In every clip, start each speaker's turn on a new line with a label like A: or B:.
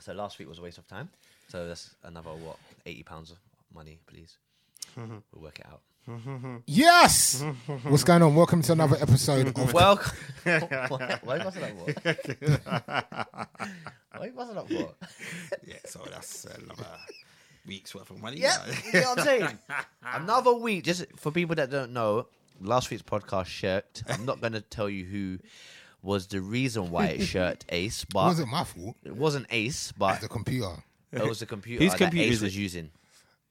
A: So last week was a waste of time. So that's another what eighty pounds of money, please.
B: Mm-hmm.
A: we'll work it out.
C: Yes. What's going on? Welcome to another episode of
A: Welcome. why, why wasn't that what? why wasn't that what?
B: Yeah, so that's
A: uh,
B: another week's worth of money.
A: Yeah,
B: Yeah.
A: you know what I'm saying. Another week, just for people that don't know, last week's podcast shirked. I'm not going to tell you who was the reason why it shirked Ace, but
C: It wasn't my fault.
A: it wasn't Ace, but
C: The computer.
A: it was the computer
B: Whose
A: that
B: computer
A: Ace
B: is it?
A: was using.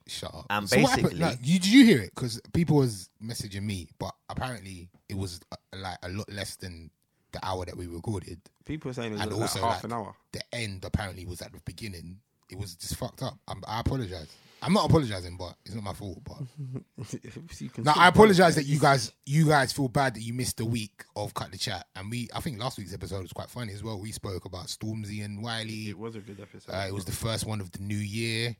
C: Shut up.
A: And
C: what happened-
A: basically-
C: like, you, did you hear it? Because people was messaging me, but apparently it was uh, like a lot less than the hour that we recorded,
B: People are saying it was
C: and
B: like
C: also
B: half
C: like,
B: an hour.
C: The end apparently was at the beginning. It was just fucked up. I'm, I apologize. I'm not apologizing, but it's not my fault. But
B: So you can
C: No,
B: see-
C: I apologize that you guys you guys feel bad that you missed the week of cut the chat, and we I think last week's episode was quite funny as well. We spoke about Stormzy and Wiley.
B: It was a good episode.
C: Uh, it was the first one of the new year,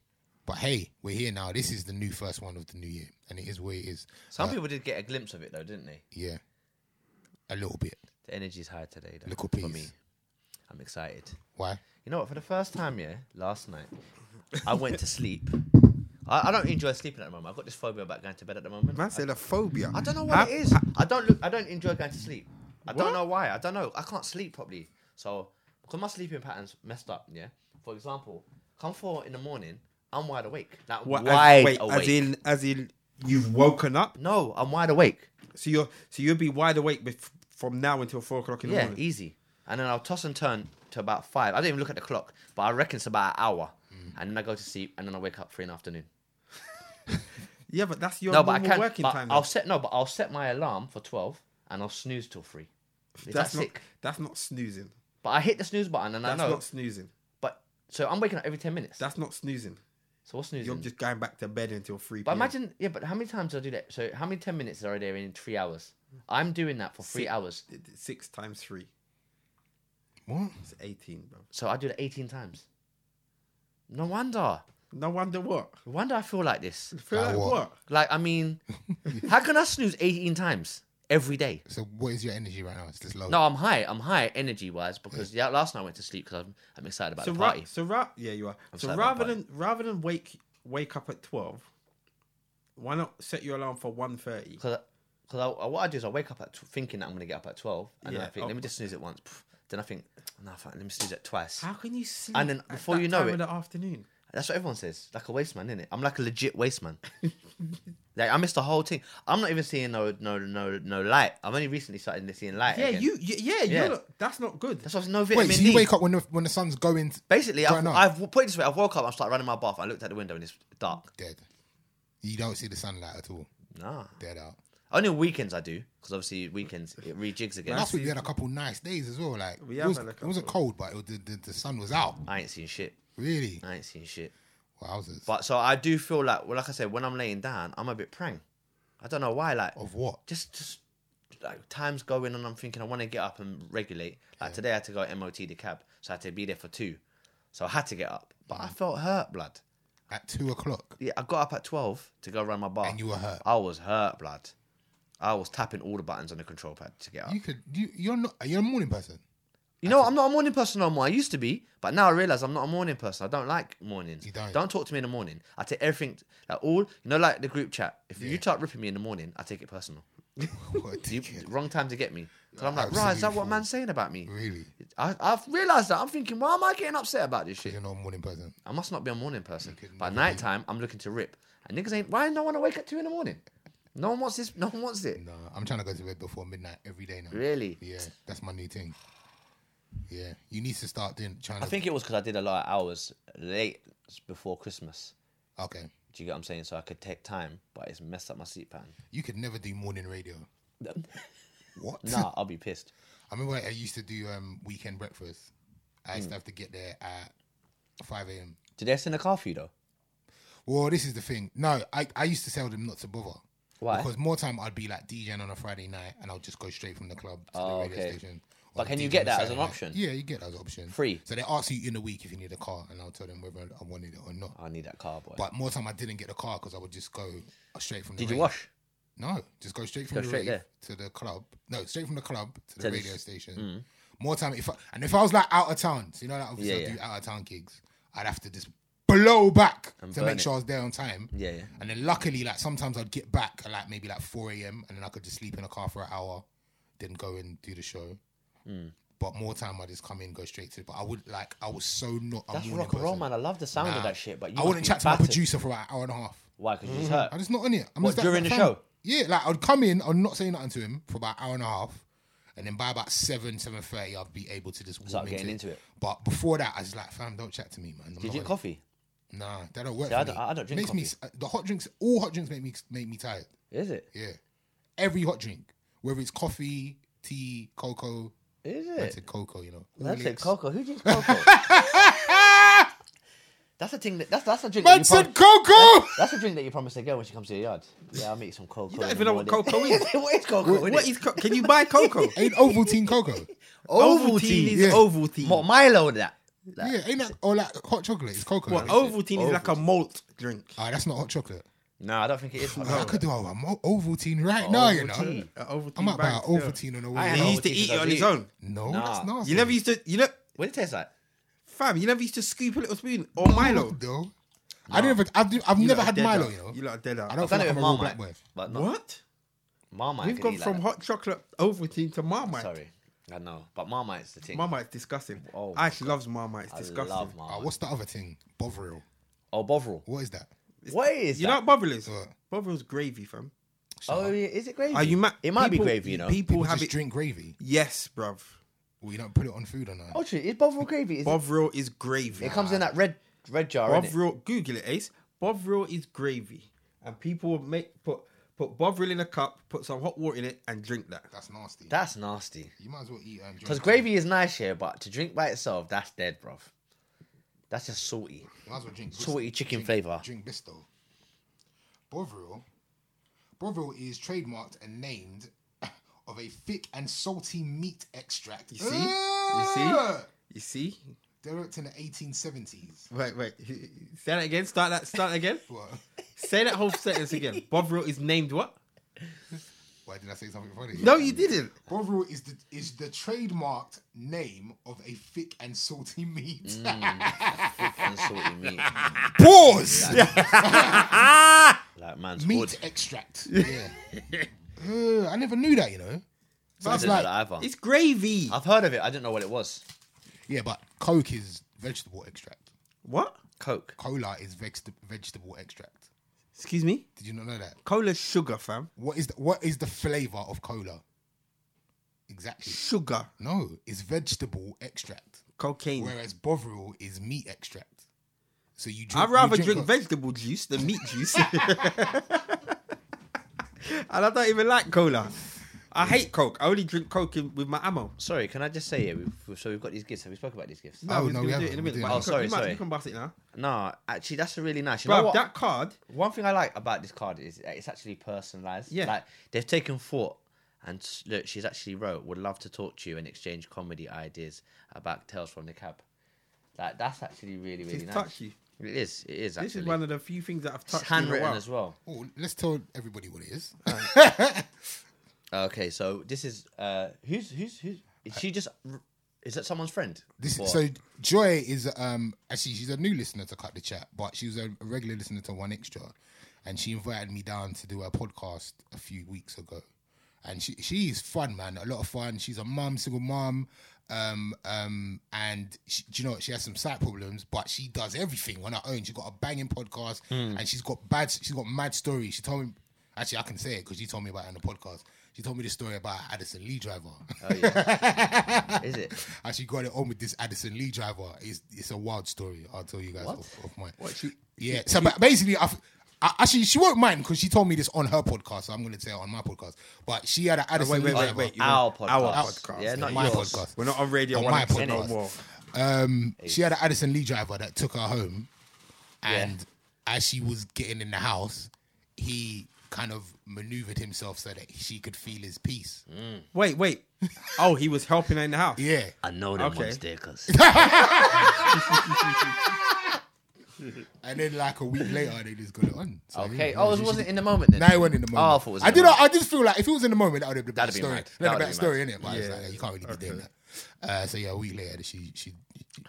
C: but hey, we're here now. This is the new first one of the new year, and it is what it is.
A: Some
B: Uh-huh.
A: people did get a glimpse of it though, didn't they?
C: Yeah, a little bit.
A: The energy's high today. Though,
C: Little
A: for
C: peas.
A: me. I'm excited.
C: Why?
A: You know what? For the first time, yeah, last night, I went to sleep. I, I don't enjoy sleeping at the moment. I've got this phobia about going to bed at the moment.
B: Man said a phobia.
A: I don't know what it is. I don't look. I don't enjoy going to sleep. I
B: What?
A: don't know why. I don't know. I can't sleep properly. So because my sleeping patterns messed up. Yeah. For example, come four in the morning, I'm wide awake. Like
B: What,
A: wide
B: as, wait,
A: awake.
B: as in, as in, you've woken up.
A: no, I'm wide awake.
B: So you're, so you'll be wide awake bef- from now until four o'clock in the
A: Yeah,
B: morning.
A: easy. And then I'll toss and turn to about five. I don't even look at the clock, but I reckon it's about an hour.
B: Mm.
A: And then I go to sleep, and then I wake up three in the afternoon.
B: Yeah, but that's your
A: e-, no, but I
B: normal
A: can't.
B: working
A: but
B: time.
A: I'll
B: though.
A: set no, but I'll set my alarm for twelve, and I'll snooze till three. Is
B: that's
A: that
B: not,
A: sick?
B: That's not snoozing.
A: But I hit the snooze button, and
B: That's
A: I know.
B: not snoozing.
A: But so I'm waking up every ten minutes.
B: That's not snoozing.
A: so what's snoozing?
B: You're just going back to bed until three.
A: But
B: PM.
A: imagine, yeah, but how many times do I do that? So how many 10 minutes are there in three hours? I'm doing that for three
B: Six.
A: hours.
B: six times three.
C: What?
B: It's eighteen, bro.
A: So I do that 18 times. No wonder.
B: No wonder what.
A: No wonder I feel like this.
B: Feel
C: Like
B: like
C: what?
B: what?
A: Like, I mean, how can I snooze 18 times every day?
C: So what is your energy right now? It's just low.
A: No, I'm high. I'm high energy wise because yeah, last night I went to sleep because I'm, I'm excited about
B: So
A: the
B: ra-
A: party.
B: so ra- yeah, you are. so
A: sorry,
B: rather
A: I'm
B: than rather than wake wake up at twelve, why not set your alarm for 1.30?
A: Because I, what I do is I wake up at tw thinking that I'm going to get up at 12 and then I
B: Yeah,
A: think,
B: oh.
A: let me just snooze it once. Pff, Then I think, no, fuck, let me snooze it twice.
B: How can you sleep?
A: And then
B: at
A: before
B: that
A: you know
B: time
A: it-
B: of the afternoon.
A: That's what everyone says. Like a waste man, isn't it? I'm like a legit waste man. like I missed the whole thing. I'm not even seeing no no no no light. I'm only recently started seeing light.
B: Yeah,
A: again.
B: you. y- Yeah,
A: Yeah.
B: you're not, that's not good.
A: That's what's no vitamin
C: Wait, so you
A: D.
C: wake up when the when the sun's going
A: Basically,
C: Right
A: I've,
C: now.
A: I've put it this way. I've woke up. I'm started running my bath. I looked at the window and it's dark.
C: dead. You don't see the sunlight at all.
A: Nah.
C: Dead out.
A: Only on weekends I do because obviously weekends it rejigs again.
C: Last week we had a couple nice days as well. Like
B: We
C: it,
B: have
C: was,
B: had a
C: it wasn't cold, but it was, the, the the sun was out.
A: I ain't seen shit.
C: Really,
A: I ain't seen shit.
C: wowzers.
A: But so I do feel like, well, like I said, when I'm laying down, I'm a bit prang. I don't know why. Like
C: of what?
A: just just like time's going and I'm thinking I want to get up and regulate. Like today I had to go MOT the cab, so I had to be there for two. So I had to get up, but I
C: Mm-hmm.
A: felt hurt, blood.
C: At two o'clock,
A: Yeah, I got up at twelve to go run my bar.
C: and you were hurt.
A: I was hurt, blood. I was tapping all the buttons on the control pad to get up.
C: You
A: You,
C: could. You, you're not. You're a morning person.
A: know, I'm not a morning person no more. I used to be, but now I realize I'm not a morning person. I don't like mornings.
C: You don't.
A: talk to me in the morning. I take everything, like all, you know, like the group chat. If you start ripping me in the morning, I take it personal.
C: What a
A: You,
C: dickhead.
A: wrong time to get me. 'Cause I'm like, right, is that
C: Absolute
A: what
C: fool.
A: man's saying about me?
C: Really,
A: I, I've realised that. I'm thinking, why am I getting upset about this shit?
C: you're not a morning person.
A: I must not be a morning person.
C: could
A: By
C: never
A: night time, I'm looking to rip. And niggas ain't, why no one awake at two in the morning? No one wants this. No one wants it.
C: No, I'm trying to go to bed before midnight every day now.
A: Really?
C: Yeah, that's my new thing. Yeah, you need to start doing. Trying
A: I
C: to.
A: think it was because I did a lot of hours late before Christmas.
C: okay,
A: Do you get what I'm saying? So I could take time, but it's messed up my sleep pattern.
C: you could never do morning radio. What?
A: nah, I'll be pissed.
C: I remember I used to do um, weekend breakfast. I
A: Hmm.
C: used to have to get there at five a.m.
A: Did they send a car for you though?
C: Well, this is the thing. No, I, I used to tell them not to bother.
A: Why?
C: Because more time I'd be like DJing on a Friday night and I'll just go straight from the club to
A: Oh,
C: the radio
A: okay.
C: station.
A: But
C: Or
A: can you
C: DJing
A: get
C: on a
A: that as
C: Saturday
A: an
C: night.
A: option?
C: Yeah, you get that as an option.
A: Free?
C: So they ask you in a week if you need a car and I'll tell them whether I wanted it or not.
A: Oh, I need that car, boy.
C: But more time I didn't get the car because I would just go uh, straight from the
A: Did you
C: rave.
A: wash?
C: No, just go straight from
A: Go
C: the
A: straight
C: rave
A: there.
C: to the club. No, straight from the club to the
A: To the-
C: radio station. More time if I, and if I was like out of town, so you know, like obviously
A: Yeah,
C: I do
A: yeah.
C: out of town gigs, I'd have to just blow back
A: And
C: to
A: burn
C: make
A: it.
C: sure I was there on time.
A: Yeah, yeah.
C: And then luckily, like sometimes I'd get back at like maybe like 4 a.m. and then I could just sleep in a car for an hour, then go and do the show.
A: Mm.
C: But more time, I just come in, go straight to. But I would like, I was so not. a
A: That's
C: morning
A: rock and roll,
C: person.
A: man. I love the sound
C: Nah.
A: of that shit, but you
C: I
A: must
C: wouldn't
A: be
C: chat to my
A: battered.
C: producer for like an hour and a half.
A: Why? Because you just hurt.
C: I'm just not on it. I'm
A: What,
C: just that-
A: during
C: that
A: the
C: fam.
A: show?
C: Yeah, like I'd come in, I'd not say nothing to him for about an hour and a half, and then by about seven, seven thirty, I'd be able to just warm
A: Start getting into it.
C: But before that, I was like, fam, don't chat to me, man. I'm
A: Did you
C: not
A: drink
C: on it.
A: coffee?
C: Nah, that don't work.
A: See, I
C: for
A: don't-
C: me.
A: I don't drink
C: Makes me
A: coffee.
C: s- the hot drinks. All hot drinks make me make me tired.
A: Is it?
C: Yeah, every hot drink, whether it's coffee, tea, cocoa.
A: Is
C: I
A: it?
C: said cocoa, you know.
A: That's it.
C: Horlicks.
A: Cocoa. Who drinks cocoa? that's a thing. That, that's that's a drink. That
C: Man
A: you prom-
C: said cocoa.
A: that's a drink that you promise a girl when she comes to your yard. Yeah, I'll make you some cocoa. You
B: don't even know what cocoa is.
A: what is cocoa? innit?
B: What is co- can you buy cocoa?
C: Ain't Ovaltine cocoa.
B: Ovaltine
A: Ovaltine.
B: is
C: Yeah.
B: Ovaltine.
A: What Milo with that? Like,
C: Yeah, ain't that or like hot chocolate? It's cocoa.
B: What
C: that makes it.
B: Ovaltine is like a malt drink.
C: Ah, that's not hot chocolate.
A: No, I don't think it is.
C: Well, I could do oh, a mo- Ovaltine right now, you know.
A: Ovaltine.
B: A Ovaltine
C: I might buy an
B: bag, yeah.
C: Ovaltine on the way.
A: I
B: He
A: know.
C: home.
B: used to
A: Ovaltine
B: eat
A: does
B: it on his
A: you.
B: own.
C: No,
A: Nah.
C: that's nasty.
B: You never used to, you know,
A: What did it taste like?
B: fam. You never used to scoop a little spoon or Milo.
C: though. I never. I've, I've
B: You lot
C: never
B: are
C: had
B: dead
C: Milo.
B: out.
C: You know.
B: You lot are dead out.
C: I don't
A: I've done it
C: feel like
A: with
C: I'm a real
A: Marmite.
C: black boy.
A: But not
B: What?
A: Marmite.
B: We've
A: can
B: gone
A: eat
B: from
A: like
B: hot chocolate Ovaltine to Marmite.
A: that. Sorry, I know, but Marmite's the thing.
B: Marmite's disgusting.
A: Oh my
B: Ash loves Marmite. It's
A: I
B: disgusting. Oh,
A: love
C: Ah,
A: Marmite.
C: what's the other thing? Bovril.
A: Oh, Bovril.
C: What is that?
A: What is
B: You
A: that?
B: know what Bovril is?
C: What?
B: Bovril's gravy, fam.
A: Oh, yeah, is it gravy?
B: Are you ma-
A: it might
B: people-
A: be gravy, you know.
B: People,
C: People
B: have
C: just
B: it.
C: drink gravy.
B: Yes, bruv.
C: Well, you don't put it on food or not.
A: Oh, true. Is Bovril gravy? Is it,
B: Bovril is gravy.
A: it comes in that red red jar. innit?
B: Bovril. Google it, Ace. Bovril is gravy, and people will make put put Bovril in a cup, put some hot water in it, and drink that.
C: That's nasty.
A: That's nasty.
C: you might as well eat. Um,
A: Because
C: drink-
A: gravy is nice here, but to drink by itself, that's dead, bruv. That's just salty.
C: You might as well drink bis-
A: Salty chicken
C: drink-
A: flavour.
C: Drink Bisto. Bovril. Bovril is trademarked and named of a thick and salty meat extract.
B: You see? You see?
C: Ugh!
B: You see?
C: Developed in the 1870s.
B: Wait, wait. Say that again. Start that. Start again.
C: What?
B: Say that whole sentence again. Bovril is named what?
C: Why did I say something funny?
B: No, you didn't.
C: Bovril is the is the trademarked name of a thick and salty meat.
A: Thick and salty meat.
C: Pause.
A: Like man's
C: Meat
A: wood.
C: extract. Yeah. Ugh, I never knew that. You know.
A: I
C: Sounds
A: didn't know
C: like
A: that either.
B: It's gravy.
A: I've heard of it. I didn't know what it was.
C: yeah, but Coke is vegetable extract.
B: What?
A: Coke.
C: Cola is veg- vegetable extract.
B: Excuse me.
C: Did you not know that?
B: Cola sugar, fam.
C: What is the, what is the flavor of cola? Exactly.
B: Sugar.
C: No, it's vegetable extract.
B: Cocaine.
C: Whereas Bovril is meat extract. So you drink.
B: I'd rather
C: you
B: drink
C: co-
B: vegetable juice than meat juice. and I don't even like cola. I hate Coke. I only drink Coke in, with my ammo.
A: Sorry, can I just say here? We've, so we've got these gifts. Have we spoke about these gifts?
C: No, no,
B: we're gonna
C: we
B: do
C: haven't.
B: it in a
C: We're
B: minute.
C: doing
B: but
A: it.
B: you
A: Oh, sorry,
B: can- you might-
A: sorry.
B: You can bust it now.
A: No, actually, that's a really nice. You know
B: Bro,
A: what?
B: that card,
A: One thing I like about this card is that it's actually personalized.
B: Yeah.
A: Like they've taken thought and s- look, she's actually wrote, "Would love to talk to you and exchange comedy ideas about tales from the cab." Like that's actually really really
B: It's
A: nice.
B: touchy.
A: It is. It is. Actually.
B: this is one of the few things that I've
A: It's
B: touched in a
A: handwritten
B: while.
A: as well.
C: Oh, let's tell everybody what it is.
A: Okay, so this is uh who's who's who's is she just is that someone's friend?
C: This
A: Or-
C: so Joy is um actually she's a new listener to Cut the Chat, but she was a a regular listener to One Extra, and she invited me down to do a podcast a few weeks ago, and she she is fun, man, a lot of fun. She's a mum, single mum, um um, and she, do you know what? She has some side problems, but she does everything on her own. She got a banging podcast, and she's got bad, she's got mad stories. She told me actually I can say it because she told me about it on the podcast. She told me the story about Addison Lee driver.
A: Oh yeah. is it?
C: And she got it on with this Addison Lee driver. It's it's a wild story. I'll tell you guys off, off mic. yeah. So ba- basically, I, f- I- actually she won't mind because she told me this on her podcast. So I'm going to say it on my podcast. But she had an Addison Lee
B: wait, wait, wait,
C: driver.
B: wait. You
A: Our
B: want
A: podcast.
B: Our podcast.
A: Yeah, not
C: my
A: yours.
C: podcast.
B: We're not on radio
C: On
B: one
C: my
B: episode no
C: podcast.
B: more.
C: Um, she had an Addison Lee driver that took her home, and as she was getting in the house, he kind of maneuvered himself so that she could feel his peace.
B: Mm. Wait, wait. Oh, he was helping her in the house.
C: Yeah.
A: I know them
B: Okay.
A: ones there, cause
C: and then like a week later they just got it on. So,
A: Okay.
C: yeah,
A: Oh, it
C: she-
A: wasn't in the moment then.
C: No, it wasn't in the moment.
A: Oh, I thought it was. in
C: I
A: the
C: did.
A: moment.
C: I just feel like if it was in the moment, that would have been a better
A: That'd be
C: story.
A: mad.
C: That'd have
A: That
C: been a better
A: would
C: story,
A: be
C: innit? But it's
B: Yeah.
C: like, you can't really be doing that. Uh, so yeah, a week later, she she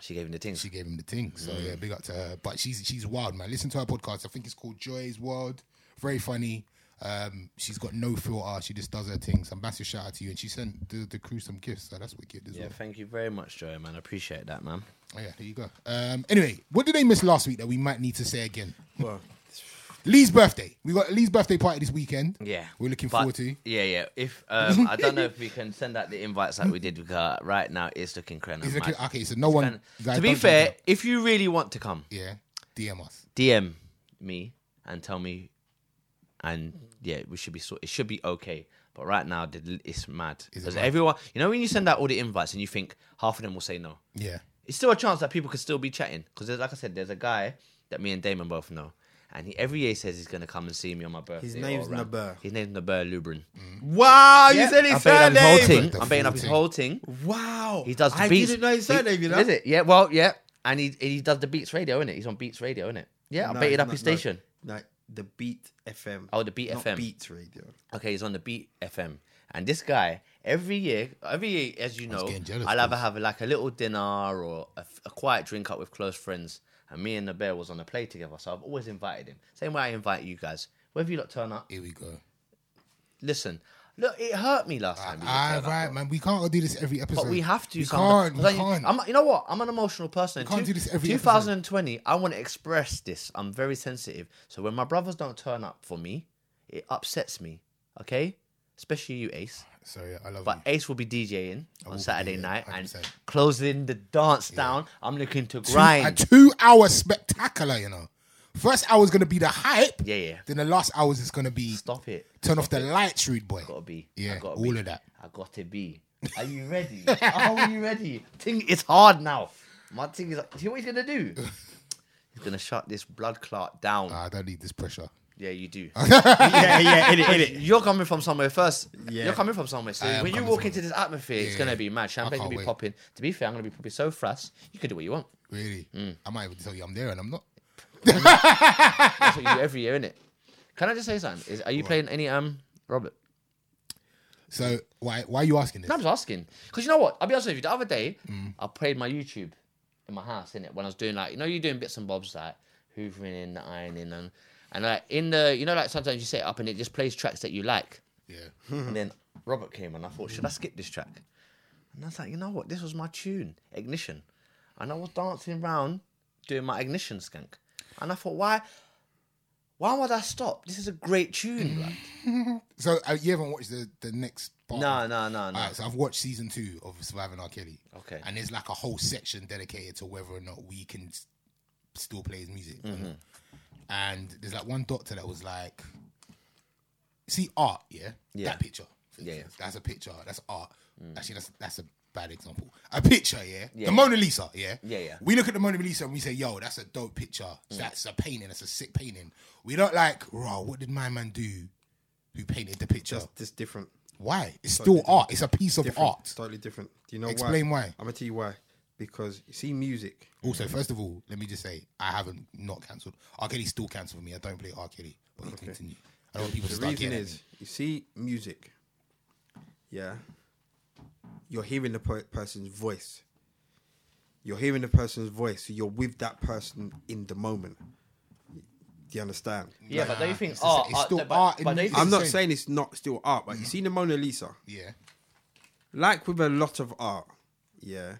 A: She gave him the thing.
C: she gave him the thing. So
A: Mm.
C: yeah, big up to her. But she's she's wild, man. Listen to her podcast. I think it's called Joy's World. Very funny. Um, she's got no filter. She just does her thing. So massive shout out to you. And she sent the, the crew some gifts. So that's wicked as
A: Yeah, thank you very much, Joey, man. I appreciate that, man.
C: well. Yeah, there you go. Um, anyway, what did they miss last week that we might need to say again?
B: Well,
C: Lee's birthday. We got Lee's birthday party this weekend.
A: Yeah,
C: we're looking
A: But-
C: forward to.
A: Yeah, yeah. If um, I don't know if we can send out the invites like we did, because right now it's looking crazy.
C: It's looking- okay, so no one. guys,
A: to be
C: don't-
A: fair, if you really want to come,
C: yeah, DM us.
A: DM me and tell me, and yeah, we should be sort. It should be okay. But right now, the- it's mad
C: Is it
A: because
C: mad?
A: everyone, you know, when you send out all the invites and you think half of them will say no,
C: Yeah.
A: it's still a chance that people could still be chatting. Because like I said, there's a guy that me and Damon both know, and he every year he says he's gonna come and see me on my birthday. or
B: name's
A: around-
B: Nabur.
A: His name's Nabur Lubrin.
B: wow,
A: Yeah,
B: you said
A: I'm
B: his
A: baiting up his whole
B: surname.
A: thing.
C: The
A: I'm baiting up
C: full
A: his
C: thing.
A: whole thing.
B: Wow,
A: He does the
B: I
A: beats.
B: didn't know his surname.
A: He-
B: you know,
A: Is it? Yeah. Well, yeah. And he he does the Beats Radio, innit? He's on Beats Radio, innit? Yeah. I
B: No,
A: baited up
B: no,
A: his
B: no.
A: station.
B: Like the Beat FM.
A: Oh, the Beat
B: Not
A: FM.
B: Beats Radio.
A: Okay, he's on the Beat FM, and this guy every year, every year, as you know,
C: getting jealous,
A: I'll either have like a little dinner or a, a quiet drink up with close friends. And me and the bear was on a play together, so I've always invited him. Same way I invite you guys. Whether you lot turn up,
C: Here we go.
A: listen. Look, it hurt me last time. you lot
C: Ah,
A: turned up,
C: right,
A: bro.
C: man. We can't all do this every episode.
A: But we have to.
C: We
A: sometimes.
C: can't. We
A: Like,
C: can't.
A: I'm, you know what? I'm an emotional person. and
C: can't
A: two-
C: do this every
A: 2020, I want to express this. I'm very sensitive. So when my brothers don't turn up for me, it upsets me. Okay? Especially you, Ace.
C: Sorry, I love
A: But
C: you.
A: Ace will be DJing on
C: will be
A: Saturday
C: there,
A: night and
C: 100%.
A: closing the dance down. I'm looking to
C: Two-
A: grind.
C: A two-hour spectacular, you know. First hour's gonna be the hype.
A: yeah, yeah.
C: Then the last hours is gonna be
A: Stop it.
C: turn off the lights, rude boy.
A: Gotta be. I
C: Yeah,
A: gotta
C: all
A: be.
C: of that.
A: I gotta be. Are you ready? How are you ready? Thing, it's hard now. My thing is, like, see what he's gonna do? He's gonna shut this blood clot down.
C: Nah, I don't need this pressure.
A: Yeah, you do.
B: yeah, yeah, in it, in it.
A: You're coming from somewhere first.
B: Yeah.
A: You're coming from somewhere. So
C: I am
A: when you
C: coming
A: walk
C: from-
A: into this atmosphere, it's
C: Yeah.
A: gonna be mad. Champagne
C: can't
A: gonna be
C: wait.
A: popping. To be fair, I'm gonna be probably so frass. You can do what you want.
C: Really,
A: Mm.
C: I might even tell you I'm there and I'm not.
A: That's what you do every year, innit? Can I just say something? Is, are you playing any um Robert?
C: So why why are you asking this?
A: No, I'm just asking. Because you know what? I'll be honest with you. The other day, I played my YouTube in my house, innit? When I was doing like, you know, you're doing bits and bobs like hoovering in, ironing, and and like in the, you know, like sometimes you set it up and it just plays tracks that you like.
C: Yeah,
A: and then Robert came and I thought, should I skip this track? And I was like, you know what? This was my tune, Ignition. And I was dancing around doing my Ignition skank. And I thought, why? Why would I stop? This is a great tune.
C: Mm-hmm.
A: Like.
C: So uh, you haven't watched the, the next part?
A: No, no, no, no.
C: Alright, so I've watched season two of Surviving R. Kelly.
A: Okay.
C: And there's like a whole section dedicated to whether or not we can s- still play his music.
A: Mm-hmm.
C: And there's like one doctor that was like, see art, yeah,
A: Yeah.
C: that picture. for
A: Yeah, Mm.
C: instance. that's a picture. That's art. Actually, that's that's a bad example. A picture, yeah,
A: Yeah.
C: the Mona Lisa, yeah,
A: Yeah, yeah. Mm.
C: We look at the Mona Lisa and we say, "Yo, that's a dope picture. That's a painting. That's a sick painting." We don't like, "Raw, what did my man do?" Who painted the picture?
B: Just this different,
C: Why? It's still art. It's a piece of
B: different,
C: art.
B: slightly different. Do you know
C: Explain
B: why?
C: why.
B: I'm gonna tell you why. Because you see, music.
C: Also, first of all, let me just say I haven't not cancelled. R. Kelly's still cancelled for me. I don't play R. Kelly, but you continue. I don't want people to
B: The
C: start
B: reason
C: getting at
B: is,
C: me.
B: you see, music. Yeah. You're hearing the per- person's voice. You're hearing the person's voice. So you're with that person in the moment. Do you understand?
A: yeah, but don't you think
C: it's just-
A: art?
C: it's
A: art-
C: still
A: but-
C: art
A: but
C: in
A: don't you
C: music.
A: think-
B: I'm not
C: insane.
B: saying it's not still art, but you see the Mona Lisa.
C: Yeah,
B: like with a lot of art, yeah,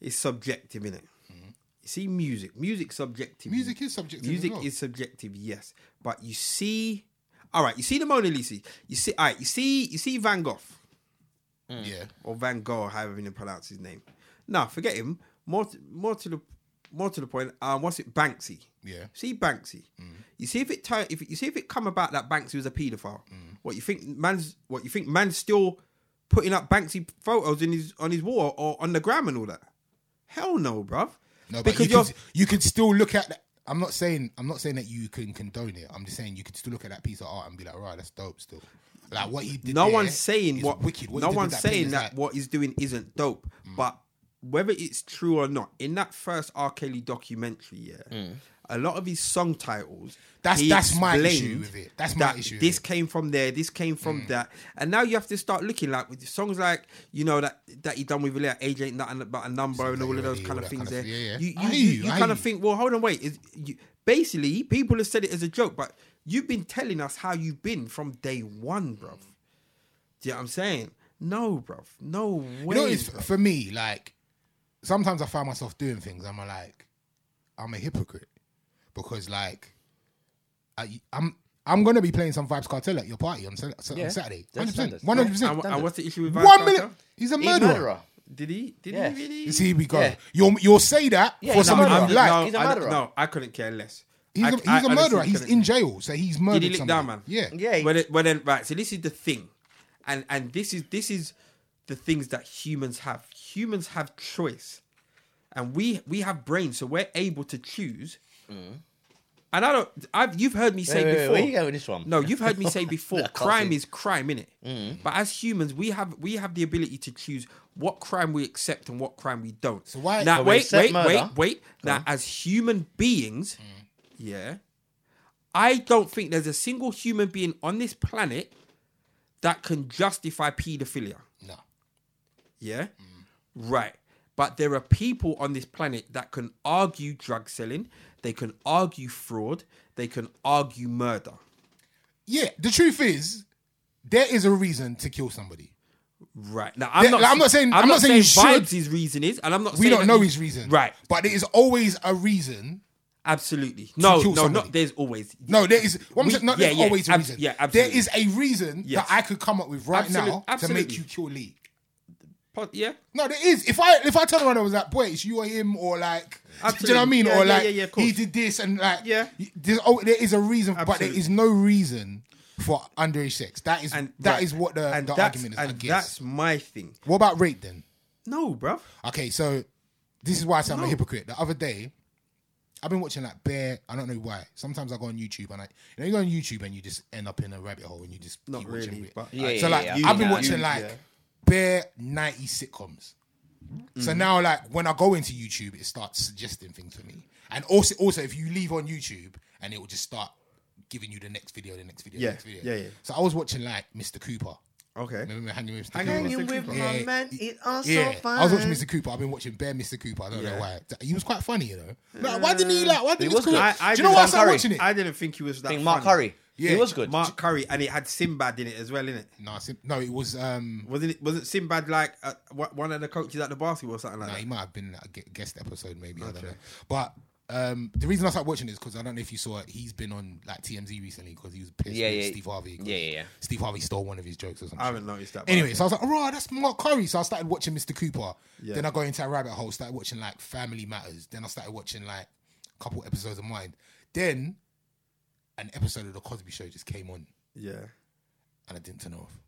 B: it's subjective, innit? You see, music, music, subjective.
C: Mm-hmm. Music is subjective as
B: Music
C: well.
B: is subjective, yes. But you see, all right, you see the Mona Lisa. You see, all right, you see, you see Van Gogh
C: yeah.
B: or Van Gogh, however you pronounce his name. Now, forget him. More, to, more to the, more to the point. Um, what's it, Banksy?
C: Yeah.
B: See Banksy.
C: Mm.
B: You see if it turn, if it- you see if it come about that Banksy was a paedophile.
C: Mm.
B: What you think man's what you think man's still putting up Banksy photos in his on his wall or on the gram and all that? Hell no, bruv.
C: No, but
B: because
C: you
B: you're
C: can, you can still look at. That. I'm not saying I'm not saying that you can condone it. I'm just saying you could still look at that piece of art and be like, right, that's dope. Still, like what he did.
B: no
C: there
B: one's saying
C: is
B: what
C: wicked. What he
B: no
C: did with
B: one's
C: that Mm. painting
B: saying
C: is
B: that
C: like-
B: what he's doing isn't dope. But whether it's true or not, in that first R. Kelly documentary, yeah, a lot of his song titles.
C: Mm. That's-
B: he
C: that's my
B: explained
C: issue with it. That's my
B: that
C: issue Mm. with
B: This
C: it.
B: came from there. This came from that. And now you have to start looking like with songs like you know that that he done with like age ain't nothing but a number and all of those
C: Lady,
B: kind
C: all that
B: of things
C: kind of-
B: there.
C: yeah, yeah.
B: You
C: I
B: you,
C: hear
B: you,
C: you,
B: you
C: I
B: kind
C: hear
B: of
C: you.
B: think, well, hold on, wait. Is, you, basically, people have said it as a joke, but you've been telling us how you've been from day one, bruv. Do you know what I'm saying? No, bruv. No way.
C: You know, it's
B: bruv.
C: for me. Like sometimes I find myself doing things. I'm like, I'm a hypocrite because like, I, I'm I'm gonna be playing some Vibes Cartel at your party on, Sa- on
A: Yeah,
C: Saturday.
A: that's
C: Hundred percent.
A: standard.
C: One hundred
B: and,
C: percent.
B: and what's the issue with Vice
C: One
B: Cartel?
C: million. He's a
A: He's
C: murderer.
B: Did he? Did
A: Yeah.
B: he really?
C: You see, here we go.
A: Yeah.
C: You'll you'll say that
A: Yeah,
C: for
A: he's a
C: someone
A: murderer.
C: you like.
A: He's a
B: I-
A: murderer.
B: no, I couldn't care less.
C: He's
B: I-
C: a,
B: I
C: he's a
B: honestly
C: murderer. He's
B: couldn't-
C: in jail, so he's murdered
B: Did he lick
C: somebody.
B: down, man?
C: Yeah.
A: Yeah. he-
B: Well, then, well then, right. So this is the thing, and and this is this is the things that humans have. Humans have choice, and we we have brains, so we're able to choose. And I don't. I've you've heard me say
A: Mm. Wait, wait, wait,
B: before.
A: where you going with this one?
B: No, you've heard me say before.
A: can't
B: crime
A: see.
B: is crime, innit? it? But as humans, we have we have the ability to choose what crime we accept and what crime we don't. So
C: why-
B: Now
C: But
A: we
B: wait,
A: accept
B: wait, wait,
A: murder.
B: wait. Now as human beings, yeah, I don't think there's a single human being on this planet that can justify paedophilia.
C: No.
B: Yeah? Right. But there are people on this planet that can argue drug selling, they can argue fraud, they can argue murder.
C: Yeah. The truth is, there is a reason to kill somebody.
B: Right. Now I'm
C: Yeah,
B: not
C: like, I'm not saying- I'm not saying you should.
B: vibes his reason is and I'm not
C: We
B: saying
C: don't
B: that
C: know
B: he-
C: his reason.
B: Right.
C: But there is always a reason.
B: Absolutely. No,
C: kill
B: no,
C: somebody.
B: not there's always
C: No, there is. What I'm
B: We-
C: saying, no,
B: yeah,
C: there's
B: yeah,
C: always a
B: abs-
C: reason.
B: yeah, absolutely.
C: There is a reason
B: Yes.
C: that I could come up with right
B: Absolute-
C: now
B: absolutely.
C: to make you kill Lee.
B: Po- yeah.
C: No, there is. If I if I turn around and was like, boy, it's you or him, or like, do you know what I
B: Absolutely.
C: mean?
B: Yeah,
C: or
B: yeah,
C: like,
B: yeah, yeah, of course.
C: he did this and like,
B: Yeah.
C: There's, oh, there is a reason, but there
B: Absolutely.
C: is no reason for underage sex. That is
B: And
C: that
B: right.
C: is what the,
B: and
C: the
B: that's-
C: argument is. I
B: And
C: guess.
B: that's my thing.
C: What about rape then?
B: No, bruv.
C: Okay, so this is why I say I'm a
B: No.
C: hypocrite. The other day, I've been watching like bear. I don't know why. Sometimes I go on YouTube and I, you know, you go on YouTube and you just end up in a rabbit hole and you just
B: Not
C: keep watching
B: really,
C: it.
B: but
A: Yeah, yeah,
C: so like
A: yeah,
C: I've been
A: yeah.
C: watching
B: You-
C: like
B: yeah.
C: bare ninety sitcoms.
B: Mm.
C: So now like when I go into YouTube, it starts suggesting things for me. And also, also if you leave on YouTube, and it will just start giving you the next video, the next video,
B: Yeah,
C: the next video.
B: yeah, yeah.
C: So I was watching like Mr. Cooper.
B: okay.
C: Remember Hanging with Mr.
B: Hanging
C: Cooper?
B: with
A: Hanging with
B: Yeah,
A: my
C: yeah.
A: man, it all
C: Yeah,
A: so fine.
C: I was watching Mr. Cooper. I've been watching Bear Mr. Cooper. I don't know
B: Yeah.
C: why. Th- He was quite funny, you know. Like, why didn't he like? Why didn't
A: was
C: this Cooper?
A: good.
B: I, I
C: Do you know
B: didn't-
C: why I started
A: Curry.
C: watching it?
B: I didn't think he was that.
A: I think Mark
B: funny.
A: Curry.
C: Yeah.
A: He was good.
B: Mark Curry, and it had Sinbad in it as well, innit?
C: Nah, Sim- no, it was. um
B: Wasn't it? Wasn't Sinbad like uh, wha- one of the coaches at the basketball or something like
C: nah,
B: that?
C: He might have been like, a gu- guest episode, maybe. I don't know. But um the reason I started watching is because I don't know if you saw it. He's been on like TMZ recently because he was pissed
A: Yeah,
C: with
A: yeah.
C: Steve Harvey. 'cause
A: Yeah, yeah, yeah.
C: Steve Harvey stole one of his jokes or something.
B: I haven't noticed that. but-
C: Anyway, so I was like, all right, that's Mark Curry. So I started watching Mr. Cooper.
B: Yeah.
C: Then I got into a rabbit hole, started watching like Family Matters. Then I started watching like a couple episodes of mine. Then an episode of The Cosby Show just came on
B: yeah.
C: and I didn't turn it off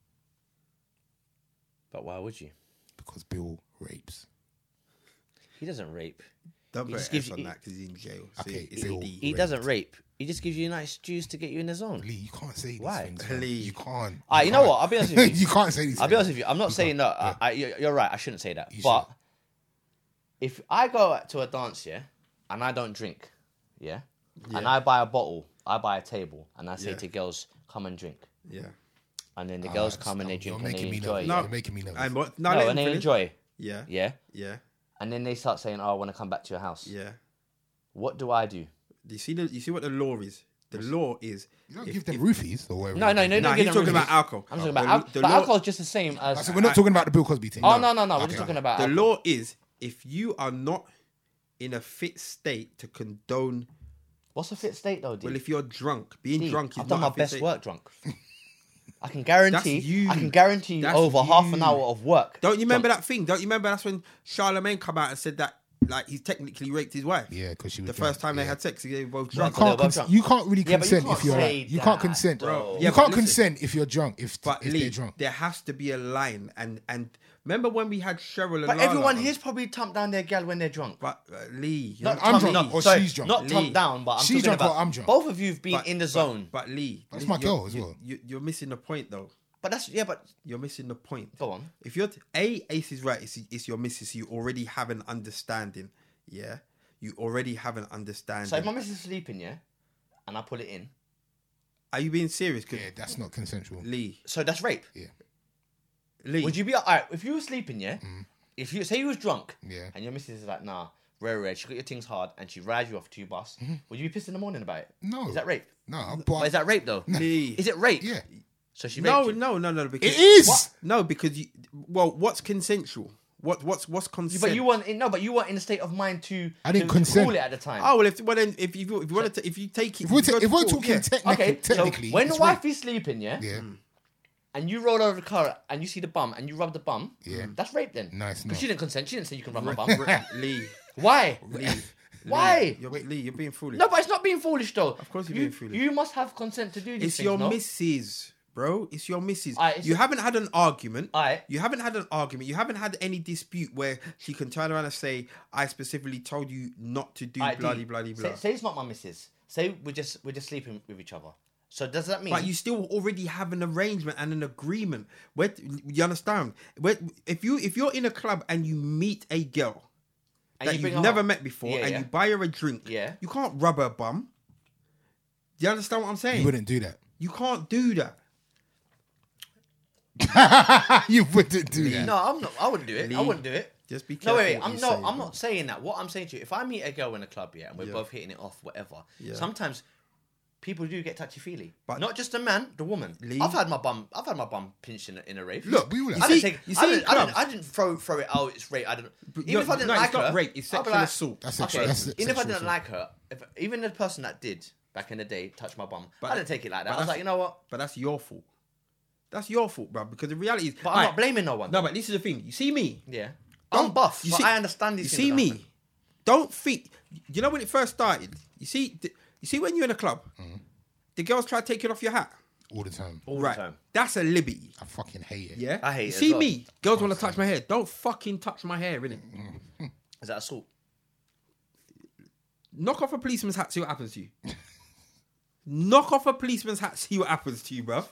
A: But why would you?
C: because Bill rapes.
A: He doesn't rape.
B: Don't
A: He
B: put
A: just
B: an
A: gives
B: F
A: you- e-
B: on that because he's in jail. So
C: Okay,
B: it's
C: Bill.
B: a
A: He
B: D.
C: Raped.
A: doesn't rape. He just gives you a nice juice to get you in the zone.
C: Lee, you can't say these
A: Why?
C: things. man.
B: Lee.
C: You can't.
A: Ah, you know
C: can't.
A: what? I'll be honest with you.
C: you can't say these
A: I'll be
C: things.
A: honest with you. I'm not saying that. I, I, you're you're right. I shouldn't say that.
C: You
A: but if I go to a dance, yeah, and I don't drink, yeah, and I buy a bottle, I buy a table, and I say
B: Yeah.
A: to girls, come and drink.
B: Yeah.
A: And then the girls
C: That's-
A: come and they
C: Oh, you're
A: drink and they
C: making me
A: enjoy.
C: nervous.
A: yeah.
C: You're making me nervous.
B: And what? No,
A: No,
B: let him
A: and they
B: finish.
A: enjoy.
B: Yeah.
A: Yeah.
B: Yeah.
A: And then they start saying, oh, I want to come back to your house.
B: Yeah.
A: What do I do?
B: Do you see the, you see what the law is? The law is
C: You don't
B: if-
C: give them
B: if-
C: roofies or whatever.
A: No, no, no,
B: Nah,
A: no.
B: he's talking about alcohol.
A: I'm talking about
B: The-
A: al-
B: the
A: but
B: law-
A: alcohol's just the same as.
C: So we're not talking about the Bill Cosby thing.
A: oh no, no, no. We're
C: Okay.
A: just talking about.
B: the
A: alcohol.
B: law is if you are not in a fit state to condone
A: What's a fit state though, dude?
B: well if you're drunk being
A: Steve,
B: drunk is
A: I've done
B: not
A: my
B: a fit
A: best
B: state.
A: work drunk. I can guarantee.
B: That's you.
A: I can guarantee you
B: That's
A: over half an
B: you.
A: hour of work.
B: don't you remember that thing don't you remember that's when Charlemagne come out and said that like he's technically raped his wife
C: Yeah, because she was
B: the
C: drunk.
B: first time they
C: Yeah.
B: had sex they were both
C: You
B: drunk
A: Well,
C: can't,
A: they're both
C: cons-
A: drunk.
C: you can't really
A: Yeah, but you
C: consent
A: can't
C: if you're
A: say
C: like, you can't
A: that,
C: consent.
A: bro.
C: you
B: Yeah,
C: can't
B: but listen.
C: consent if you're drunk if,
B: but
C: if
B: Lee,
C: they're drunk.
B: there has to be a line and and remember when we had Cheryl and
A: But
B: Lala
A: everyone
B: on-
A: here's probably tumped down their gal when they're drunk.
B: but uh, Lee you're
A: Not
B: not
C: I'm
A: tumped-
C: drunk
A: not-
C: or
A: sorry,
C: she's drunk.
A: Not
B: Lee.
A: tumped down, but I'm
C: She's
A: talking
C: drunk or
A: about.
C: I'm drunk.
A: Both of you've been
B: but-
A: in the
B: but-
A: zone. But,
B: but Lee
C: That's
B: Lee,
C: my
B: you're-
C: girl as
B: you-
C: well.
B: you- you're missing the point though
A: that's yeah, but
B: You're missing the point.
C: Oh.
A: Go on.
B: If you're a Ace is right, it's, it's your missus. You already have an understanding. Yeah. you already have an understanding.
A: So if my missus is sleeping, yeah, and I pull it in,
B: Are you being serious? 'Cause
C: Yeah, that's not consensual.
B: Lee,
A: so that's rape.
C: Yeah,
B: Lee,
A: Would you be alright if you were sleeping? Yeah, if you say you was drunk,
C: Mm. Yeah.
A: and your missus is like, nah, rare, rare. She got your things hard, and she rides you off to your bus. Would you be pissed in the morning about it?
C: Mm-hmm. No.
A: Is that rape?
C: no,
A: But is
C: but
A: that rape though?
B: Lee.
A: Is it rape?
C: yeah,
A: So she raped
B: no,
A: you.
B: no, no, no, because
C: it is.
B: What? No, because you, well, what's consensual? What what's what's consent?
A: But you weren't in no, but you weren't in a state of mind to
C: I didn't
A: to
C: consent.
A: call it at the time.
B: Oh well, if well then if you if you want to if you take it
C: If we're, ta-
B: you go
C: if we're
B: to court,
C: talking
B: yeah.
C: technic-
A: okay. So
C: technically,
A: when the
C: it's
A: wife is sleeping, yeah,
C: rape. yeah,
A: and you roll over the car and you see the bum and you rub the bum, Mm.
C: Yeah.
A: that's rape then.
C: No, it's
A: because
C: not.
A: she didn't consent. She didn't say you can rub my bum.
B: Lee,
A: Why?
B: Lee,
A: Why?
B: You're, Lee, you're being foolish.
A: No, but it's not being foolish though. Of
B: course you're
A: you,
B: being foolish.
A: You must have consent to do these
B: it's
A: things.
B: your
A: no?
B: missus, bro. It's your missus.
A: Aight, it's-
B: you haven't had an argument.
A: Aight.
B: You haven't had an argument. You haven't had any dispute where she can turn around and say, "I specifically told you not to do
A: Alright, D,
B: bloody bloody blah."
A: Say, say it's not my missus. Say we're just we're just sleeping with each other. So does that mean?
B: But you still already have an arrangement and an agreement. Where you understand? Where if you if you're in a club and you meet a girl
A: and
B: that
A: you bring
B: you've
A: her
B: never
A: home.
B: met before,
A: Yeah,
B: and
A: yeah.
B: you buy her a drink,
A: Yeah.
B: you can't rub her bum. Do you understand what I'm saying?
C: you wouldn't do that.
B: You can't do that.
C: you wouldn't do that.
A: No, I'm not. I wouldn't do it. I
B: Lee,
A: wouldn't do it.
B: just be
A: No, wait, wait.
B: careful what
A: I'm
B: you
A: no.
B: say,
A: I'm
B: bro.
A: not saying that. What I'm saying to you, if I meet a girl in a club, yeah, and we're both hitting it off, whatever. Sometimes people do get touchy feely, but
B: But-
A: not just the man, the woman.
B: Lee-
A: I've had my bum. I've had my bum pinched in a, in a rave.
C: Look, we all have.
A: I didn't
B: see-
A: take.
B: you
A: I,
B: see
A: didn't,
B: in
A: I, didn't,
B: clubs-
A: I didn't throw throw it out. It's rape. I don't. Even
B: no,
A: if I didn't
B: no,
A: like
B: it's not
A: her,
B: rape, it's
A: I'd be
B: sexual assault.
C: That's
A: okay,
C: sexual- that's se-
A: even if I
C: sexual
A: didn't
C: assault.
A: like her, if, even the person that did back in the day touch my bum,
B: But-
A: I didn't take it like that.
B: but
A: I was
B: that's-
A: like, you know what?
B: But that's your fault. That's your fault, bro. Because the reality is,
A: But I'm not blaming no one.
B: No, but this is the thing. You see me.
A: Yeah. I'm
B: Don't-
A: buff.
B: You
A: but
B: see-
A: I understand these
B: You
A: things
B: see
A: that
B: me.
A: happen.
B: Don't think. You know when it first started. You see. th- You see when you're in a club, the girls try taking off your hat.
C: all the time.
A: all the
B: right.
A: time.
B: That's a liberty.
C: I fucking hate it.
B: Yeah.
A: I hate
B: You
A: it as
B: see
A: well.
B: me. Girls want to touch my hair. Don't fucking touch my hair, innit?
A: Is that assault?
B: Knock off a policeman's hat. See what happens to you. Knock off a policeman's hat. See what happens to you, bruv.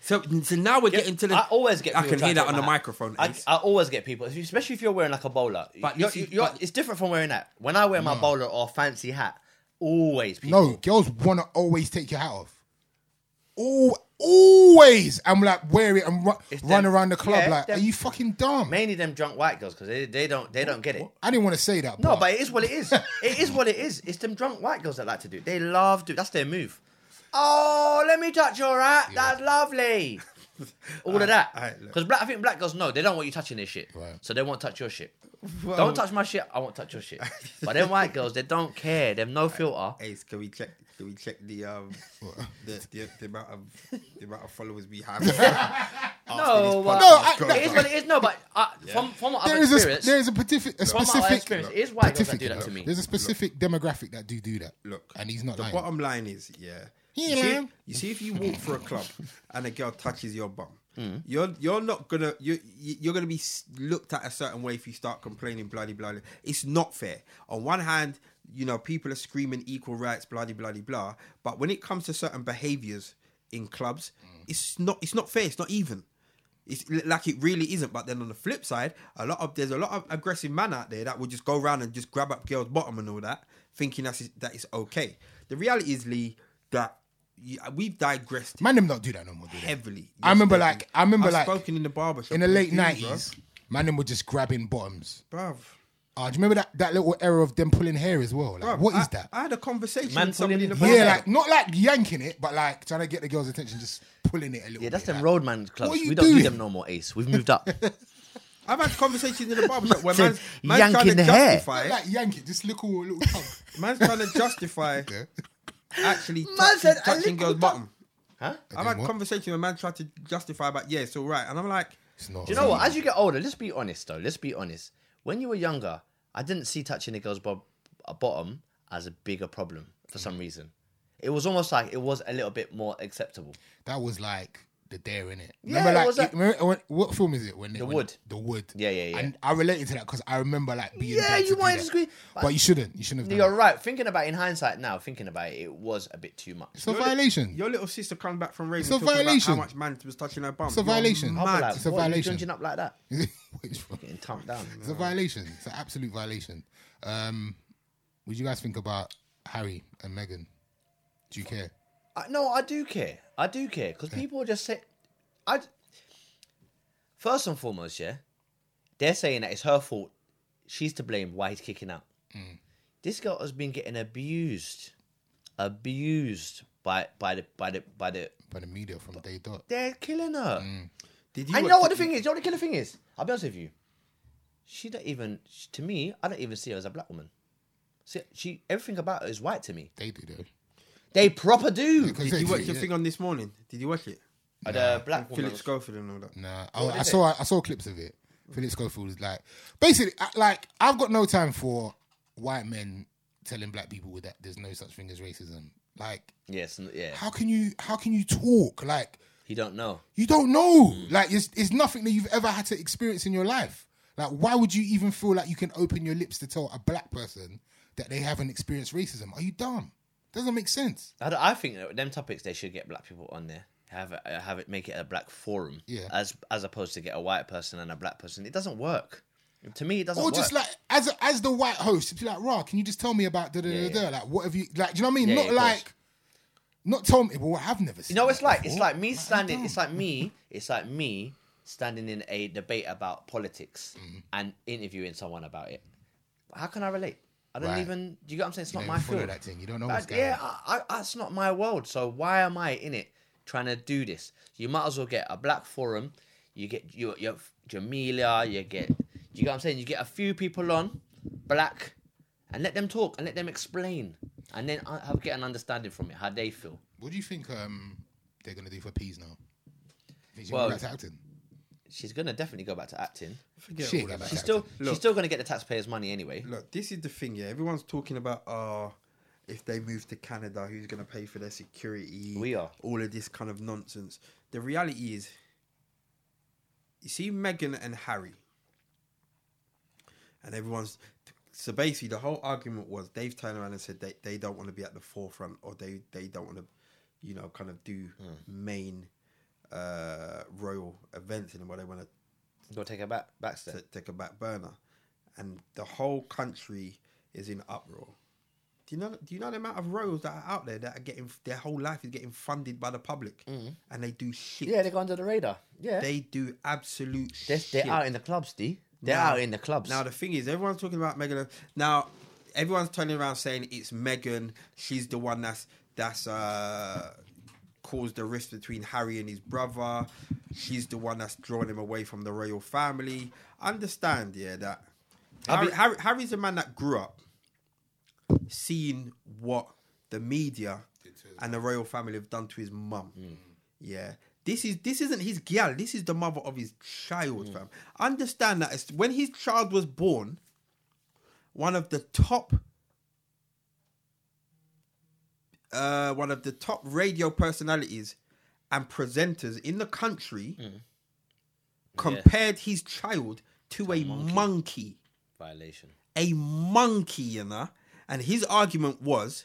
B: So, so now we're getting to the.
A: I always get.
B: I
A: people
B: can hear
A: trying to
B: that
A: take
B: on
A: my
B: the
A: hat.
B: microphone.
A: I,
B: Ace.
A: I always get people, especially if you're wearing like a bowler.
B: But
A: You're-
B: this is-
A: you're-
B: but-
A: it's different from wearing that. When I wear my bowler or fancy hat, always people.
C: No, girls wanna always take your hat off. All, always, and like wear it and ru-
A: It's
C: run
A: them-
C: around the club.
A: yeah,
C: like,
A: them-
C: are you fucking dumb?
A: Mainly them drunk white girls because they, they don't they don't get it.
C: I didn't want to say that.
A: No, but it is what it is. it is what it is. It's them drunk white girls that like to do. it. They love do. That's their move. Oh, let me touch your hat. That's lovely. All of that.
B: alright, look.
A: Because black, I think black girls know they don't want you touching their shit,
C: Right.
A: so they won't touch your shit. don't touch my shit. I won't touch your shit. but them white girls, they don't care. They've no filter.
B: Ace, can we check? Can we check the um the, the, the amount of the amount of followers we have?
A: No,
B: podcast.
C: No, I-
A: uh, it is what it is. No, but uh, from from what
C: there
A: I've
C: is a
A: experienced,
C: there is a, partifi- a
A: from what I've
C: specific.
A: experienced, it is white girls that
C: specific
A: do that to me.
C: There's a specific demographic that do do that.
B: Look,
C: and he's not
B: The
C: lying.
B: bottom line is, yeah.
C: He
B: You
C: ain't
B: see,
C: lying.
B: you see, if you walk through a club and a girl touches your bum,
A: Mm.
B: you're you're not gonna you you're gonna be s- looked at a certain way if you start complaining. Bloody bloody, it's not fair. On one hand, you know people are screaming equal rights, bloody bloody blah, but when it comes to certain behaviors in clubs,
C: Mm.
B: it's not it's not fair. It's not even. It's li- like it really isn't. But then on the flip side, a lot of there's a lot of aggressive man out there that will just go around and just grab up girls' bottom and all that, thinking that's that it's okay. The reality is, Lee, that you, we've digressed
C: Man, them not do that no more. Do they?
B: heavily.
C: I remember,
B: Yes,
C: like- I remember,
B: I've
C: like,
B: spoken in the barber shop
C: In the late
B: Please,
C: nineties, man, them were just grabbing bottoms.
B: bruv.
C: Uh, do you remember that, that little era of them pulling hair as well? Like,
B: Bruv,
C: what is
B: I-
C: that?
B: I had a conversation
A: Man
B: with somebody in the
A: pulling
B: barber
C: yeah,
A: hair.
B: shop.
C: like not like yanking it, but like trying to get the girl's attention, just pulling it a little.
A: yeah, that's
C: bit,
A: them
C: like,
A: roadman clubs.
C: What are you
A: We don't do
C: doing?
A: them no more, Ace. We've moved up.
B: I've had conversations in the barber shop where
A: Said
B: man's, man's trying to
A: yanking the hair.
C: Not
B: justify,
C: like yank it, just little little tug.
B: man's trying to justify
C: Yeah.
B: actually
A: said a
B: touching, touching
A: little
B: girls' bottom.
A: huh?
B: I've
C: then
B: had
C: what?
B: conversations where man tried to justify, but yeah, it's all right, and I'm like.
C: It's not
A: Do you know what?
C: really-
A: As you get older, let's be honest though. Let's be honest. When you were younger, I didn't see touching a girl's bo- a bottom as a bigger problem for some reason. It was almost like it was a little bit more acceptable.
C: that was like the dare in it.
A: Yeah,
C: remember,
A: it
C: like,
A: was that-
C: remember when- what film is it? When they-
A: The
C: when-
A: Wood.
C: the wood.
A: Yeah, yeah, yeah.
C: And I related to that because I remember like being.
A: Yeah,
C: there
A: you
C: to do
A: might
C: that.
A: disagree, but-
C: but, you shouldn't. You shouldn't have. Done
A: You're
C: it.
A: right. Thinking about it in hindsight now, thinking about it, it was a bit too much.
C: It's a
B: Your li-
C: violation.
B: Your little sister comes back from
C: It's
B: raven
C: a
B: talking about how
C: violation.
B: much man was touching her bum.
C: It's a
B: You're
C: violation.
A: I'll
B: mad.
A: be like,
C: It's a
A: what are you
C: violation.
A: junging up like that?
C: Wait, it's wrong.
A: Getting tamped down.
C: It's a violation. It's an absolute violation. Um, what do you guys think about Harry and Meghan? Do you care?
A: I, no, I do care. I do care because people just say, I. First and foremost, yeah, they're saying that it's her fault. She's to blame. Why he's kicking out? This girl has been getting abused, abused by by the by the by the.
C: By the media from day dot.
A: They're killing her.
B: Did you
A: I
B: watch
A: know what the thing is. You know what the killer thing is? I'll be honest with you. She don't even to me. I don't even see her as a black woman. See, she everything about her is white to me.
C: They do though.
A: They proper do.
C: Because
B: Did
C: they
B: you
C: do,
B: watch the
C: yeah.
B: thing on this morning? Did you watch it?
A: Uh, the black woman.
B: Philip Schofield and all that.
C: Nah, I, I saw I saw clips of it. Philip Schofield is like basically I- like I've got no time for white men telling black people that there's no such thing as racism. Like,
A: Yes. n- Yeah.
C: how can you how can you talk like
A: He don't know.
C: you don't know? Like, it's it's nothing that you've ever had to experience in your life. Like, why would you even feel like you can open your lips to tell a black person that they haven't experienced racism? Are you dumb? Doesn't make sense.
A: I, don't- I think that them topics they should get black people on there. Have it, have it make it a black forum.
C: Yeah.
A: As as opposed to get a white person and a black person, it doesn't work. To me, it doesn't.
C: Or just
A: work.
C: like as a, as the white host, be like, "Rah, can you just tell me about da da
A: Yeah,
C: da da?"
A: yeah.
C: Like, what have you like? Do you know what I mean?
A: Yeah,
C: not
A: yeah, of course.
C: like, not tell me. Well, I've never seen.
A: You know, what it's
C: that
A: like
C: before.
A: it's like me
C: I
A: standing.
C: don't.
A: It's like me. It's like me standing in a debate about politics
C: Mm-hmm.
A: and interviewing someone about it. How can I relate? I don't
C: Right.
A: even. Do you get what I'm saying? It's not
C: You don't
A: my
C: even follow
A: field.
C: that thing. You don't know
A: But
C: what's going
A: yeah,
C: on.
A: I, I, that's not my world. So why am I in it trying to do this? You might as well get a black forum. You get your your Jamelia. You get. You get what I'm saying? You get a few people on, black, and let them talk and let them explain, and then I have get an understanding from it how they feel.
C: What do you think um they're gonna do for peas now? Think she's
A: Well-
C: gonna go back to acting?
A: she's gonna definitely go back to acting.
B: Forget
C: Shit,
B: all that.
C: man.
A: She's still
B: Look.
A: she's still gonna get the taxpayers' money anyway.
B: Look, this is the thing, yeah. Everyone's talking about uh if they move to Canada, who's gonna pay for their security?
A: We are.
B: all of this kind of nonsense. The reality is you see Meghan and Harry. And everyone's so basically the whole argument was they've turned around and said they, they don't want to be at the forefront or they, they don't want to, you know, kind of do
A: Hmm.
B: main uh royal events and what they want to
A: Go take her back back step.
B: to take a back burner, and the whole country is in uproar. Do you know? Do you know the amount of royals that are out there that are getting their whole life is getting funded by the public, and they do shit.
A: Mm. Yeah, they go under the radar. Yeah, they,
B: They do absolute
A: they're,
B: shit.
A: they're out in the clubs, D. They're
B: Now-
A: out in the clubs.
B: Now the thing is, everyone's talking about Megan. Now everyone's turning around saying it's Megan. She's the one that's that's uh, caused the rift between Harry and his brother. She's the one that's drawn him away from the royal family. Understand, yeah, that
A: I'll
B: Harry,
A: be-
B: Harry, Harry's a man that grew up seeing what the media and the royal family have done to his mum. Yeah. This is this isn't his girl. This is the mother of his child, fam. Understand that it's, when his child was born, one of the top, uh, one of the top radio personalities and presenters in the country compared his child to, a monkey
A: Violation.
B: a monkey, you know. And his argument was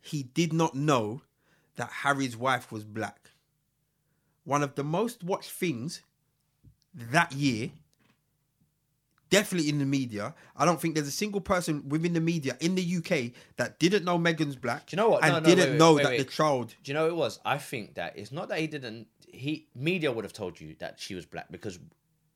B: he did not know that Harry's wife was black. One of the most watched things that year, definitely in the media. I don't think there's a single person within the media in the UK that didn't know Meghan's black.
A: Do you know what?
B: And
A: No, no,
B: didn't
A: wait, wait,
B: know
A: wait,
B: that
A: wait.
B: the child.
A: Do you know what it was? I think that it's not that he didn't. He media would have told you that she was black because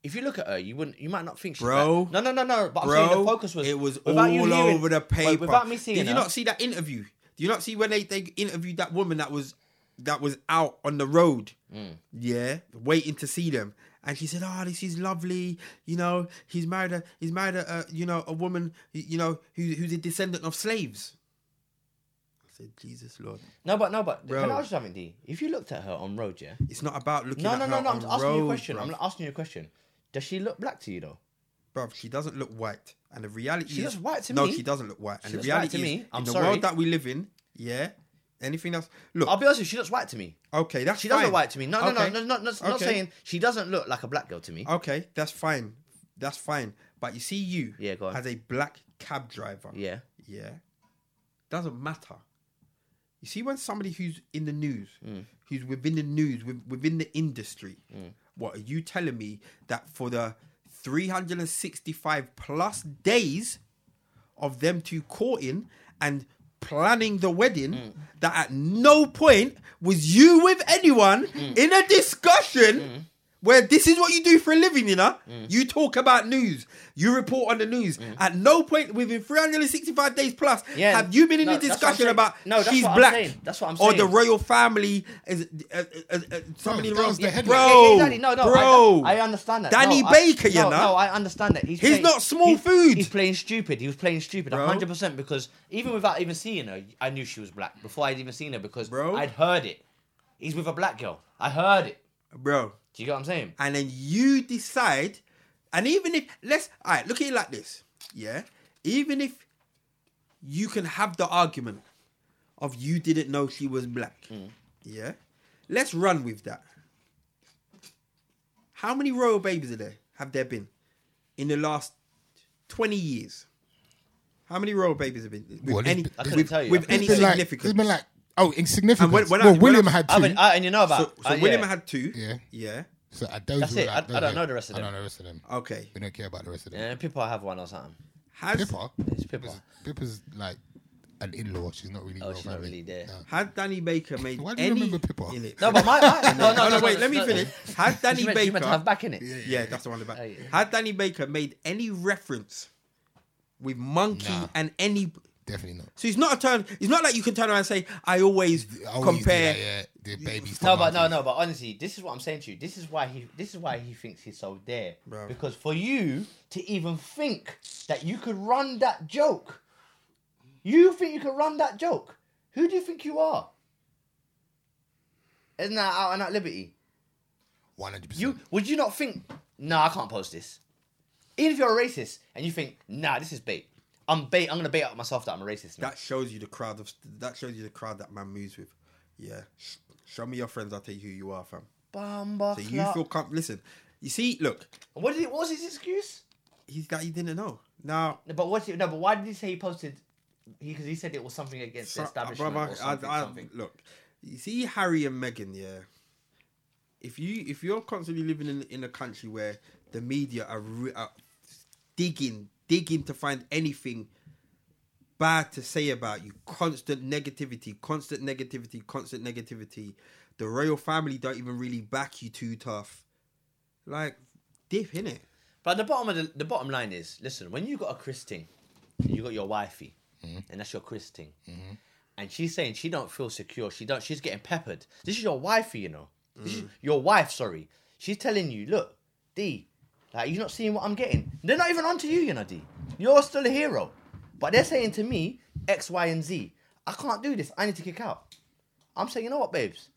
A: if you look at her, you wouldn't. You might not think she's
B: Bro.
A: Black. No, no, no, no. But I'm saying
B: Bro,
A: the focus was
B: it was all
A: without you hearing-
B: over the
A: but
B: paper.
A: Without me seeing
B: Did you
A: her-
B: not see that interview? Do you not see when they, they interviewed that woman that was that was out on the road?
A: Mm.
B: Yeah, waiting to see them. And she said, "Oh, this is lovely. You know, he's married. A, he's married a, a you know a woman. y- You know who, who's a descendant of slaves." I said, "Jesus Lord,
A: No, but no, but
B: Bro.
A: can I ask you something, D? If you looked at her on road, yeah.
B: it's not about looking
A: No,
B: at
A: no,
B: her
A: no, no. I'm
B: on
A: just asking you a
B: road,
A: question.
B: bruv.
A: I'm not asking you a question. Does she look black to you though?
B: bruv, she doesn't look white. And the reality
A: She
B: is
A: looks white to
B: no,
A: me.
B: she doesn't look white.
A: She
B: And the
A: looks white
B: reality
A: to me.
B: is
A: I'm
B: in the
A: sorry.
B: world that we live in, yeah, Anything else? Look,
A: I'll be honest with you, she looks white to me.
B: okay, that's
A: She does
B: fine.
A: look white to me. No, no,
B: Okay.
A: no, no, no, no, not
B: Okay. Uh,
A: saying she doesn't look like a black girl to me.
B: Okay, that's fine. That's fine. But you see, you
A: Yeah, go on.
B: as a black cab driver.
A: Yeah.
B: Yeah. Doesn't matter. You see, when somebody who's in the news,
A: Mm.
B: who's within the news, with, within the industry, what are you telling me that for the 365 plus days of them two courting and planning the wedding, that at no point was you with anyone in a discussion? Where this is what you do for a living, you know? You talk about news. You report on the news. At no point within 365 days plus
A: Yeah,
B: have you been in
A: no,
B: a
A: that's what I'm
B: discussion
A: saying.
B: about
A: No, that's
B: she's
A: what I'm
B: black?
A: saying. That's what I'm
B: Or the
A: saying.
B: royal family is uh, uh, uh, somebody
C: that
B: wrong.
C: was Oh, the headline.
A: Yeah,
B: bro,
A: exactly. No, no,
B: bro.
A: I, I understand that.
B: Danny
A: no,
B: Baker,
A: I,
B: you
A: no,
B: know?
A: No, I understand that. He's,
B: He's
A: playing-
B: not small
A: he's-
B: food.
A: He's playing stupid. He was playing stupid,
B: Bro.
A: hundred percent. Because even without even seeing her, I knew she was black before I'd even seen her because
B: Bro.
A: I'd heard it. He's with a black girl. I heard it.
B: bro.
A: Do you get what I'm saying?
B: and then you decide. And even if let's all right, look at it like this, yeah. Even if you can have the argument of you didn't know she was black, yeah. Let's run with that. How many royal babies are there? Have there been in the last twenty years? How many royal babies have been with
C: Well, it's
B: any
C: been- I
A: couldn't
B: with,
A: tell you.
B: with
A: It's
B: any
C: been like,
B: significance?
C: it's been like oh insignificant.
B: And when- when I-
C: well,
B: when I-
C: William had
A: I
C: two.
A: mean, I, and you know
B: so,
A: about
B: so
A: uh,
B: William
A: yeah.
B: had two.
C: Yeah.
B: yeah.
C: so uh, those
A: That's
C: were
A: it.
C: like,
A: I-
C: those
A: I don't
C: were-
A: know the rest of
C: I
A: them.
C: don't know the rest of them.
B: Okay.
C: We don't care about the rest of them.
A: Yeah, Pippa have one or something.
B: Has
C: Pippa,
A: It's Pippa.
C: Pippa's, Pippa's like an in-law. She's not really.
A: Oh,
C: your
A: she's not
C: family.
A: really there.
C: No.
B: Had Danny Baker made
C: Why do you
B: any
C: remember Pippa?
B: in it?
A: No, but my, my no, no,
B: no,
A: no,
B: no, wait,
A: no,
B: let me
A: no.
B: finish. Had Danny
A: She meant, she
B: Baker
A: meant to have back Oh, in it.
B: Yeah, that's the one about.
A: Hey.
B: Had Danny Baker made any reference with monkey
C: Nah.
B: and any
C: Definitely not.
B: so it's not a turn it's not like you can turn around and say, I always
C: I always do
B: compare
C: that, yeah, the babies. to
A: No, but no,
C: monkeys.
A: no, but honestly, this is what I'm saying to you. This is why he, this is why he thinks he's so there.
B: Bro.
A: Because for you to even think that you could run that joke, you think you could run that joke? Who do you think you are? Isn't that out and out liberty?
C: One hundred
A: You
C: percent.
A: would you not think? Nah, I can't post this. Even if you're a racist and you think, nah, this is bait. I'm bait. I'm gonna bait up myself that I'm a racist. Now.
B: that shows you the crowd of that shows you the crowd that man moves with. Yeah. Sh- Show me your friends, I'll tell you who you are, fam.
A: Bamba.
B: So you feel com- listen, you see, look,
A: What did? He, what was his excuse?
B: he's that he didn't know. Now
A: No, But what? No, but why did he say he posted? Because he, said it was something against
B: So-
A: the establishment
B: uh, brother,
A: or something.
B: I- I-
A: something.
B: Look, you see Harry and Meghan, yeah. If you if you're constantly living in in a country where the media are, re- are digging digging to find anything bad to say about you, constant negativity, constant negativity, constant negativity. The royal family don't even really back you too tough. Like dip in it.
A: But the bottom of the, the bottom line is, listen, when you got a christing, you got your wifey,
B: Mm-hmm.
A: and that's your christing, and she's saying she don't feel secure. She don't. She's getting peppered. This is your wifey, you know. This is your wife. Sorry, she's telling you, look, D, like you're not seeing what I'm getting. They're not even onto you, you know, D. You're still a hero, but they're saying to me X, Y, and Z. I can't do this. I need to kick out. I'm saying, you know what, babes.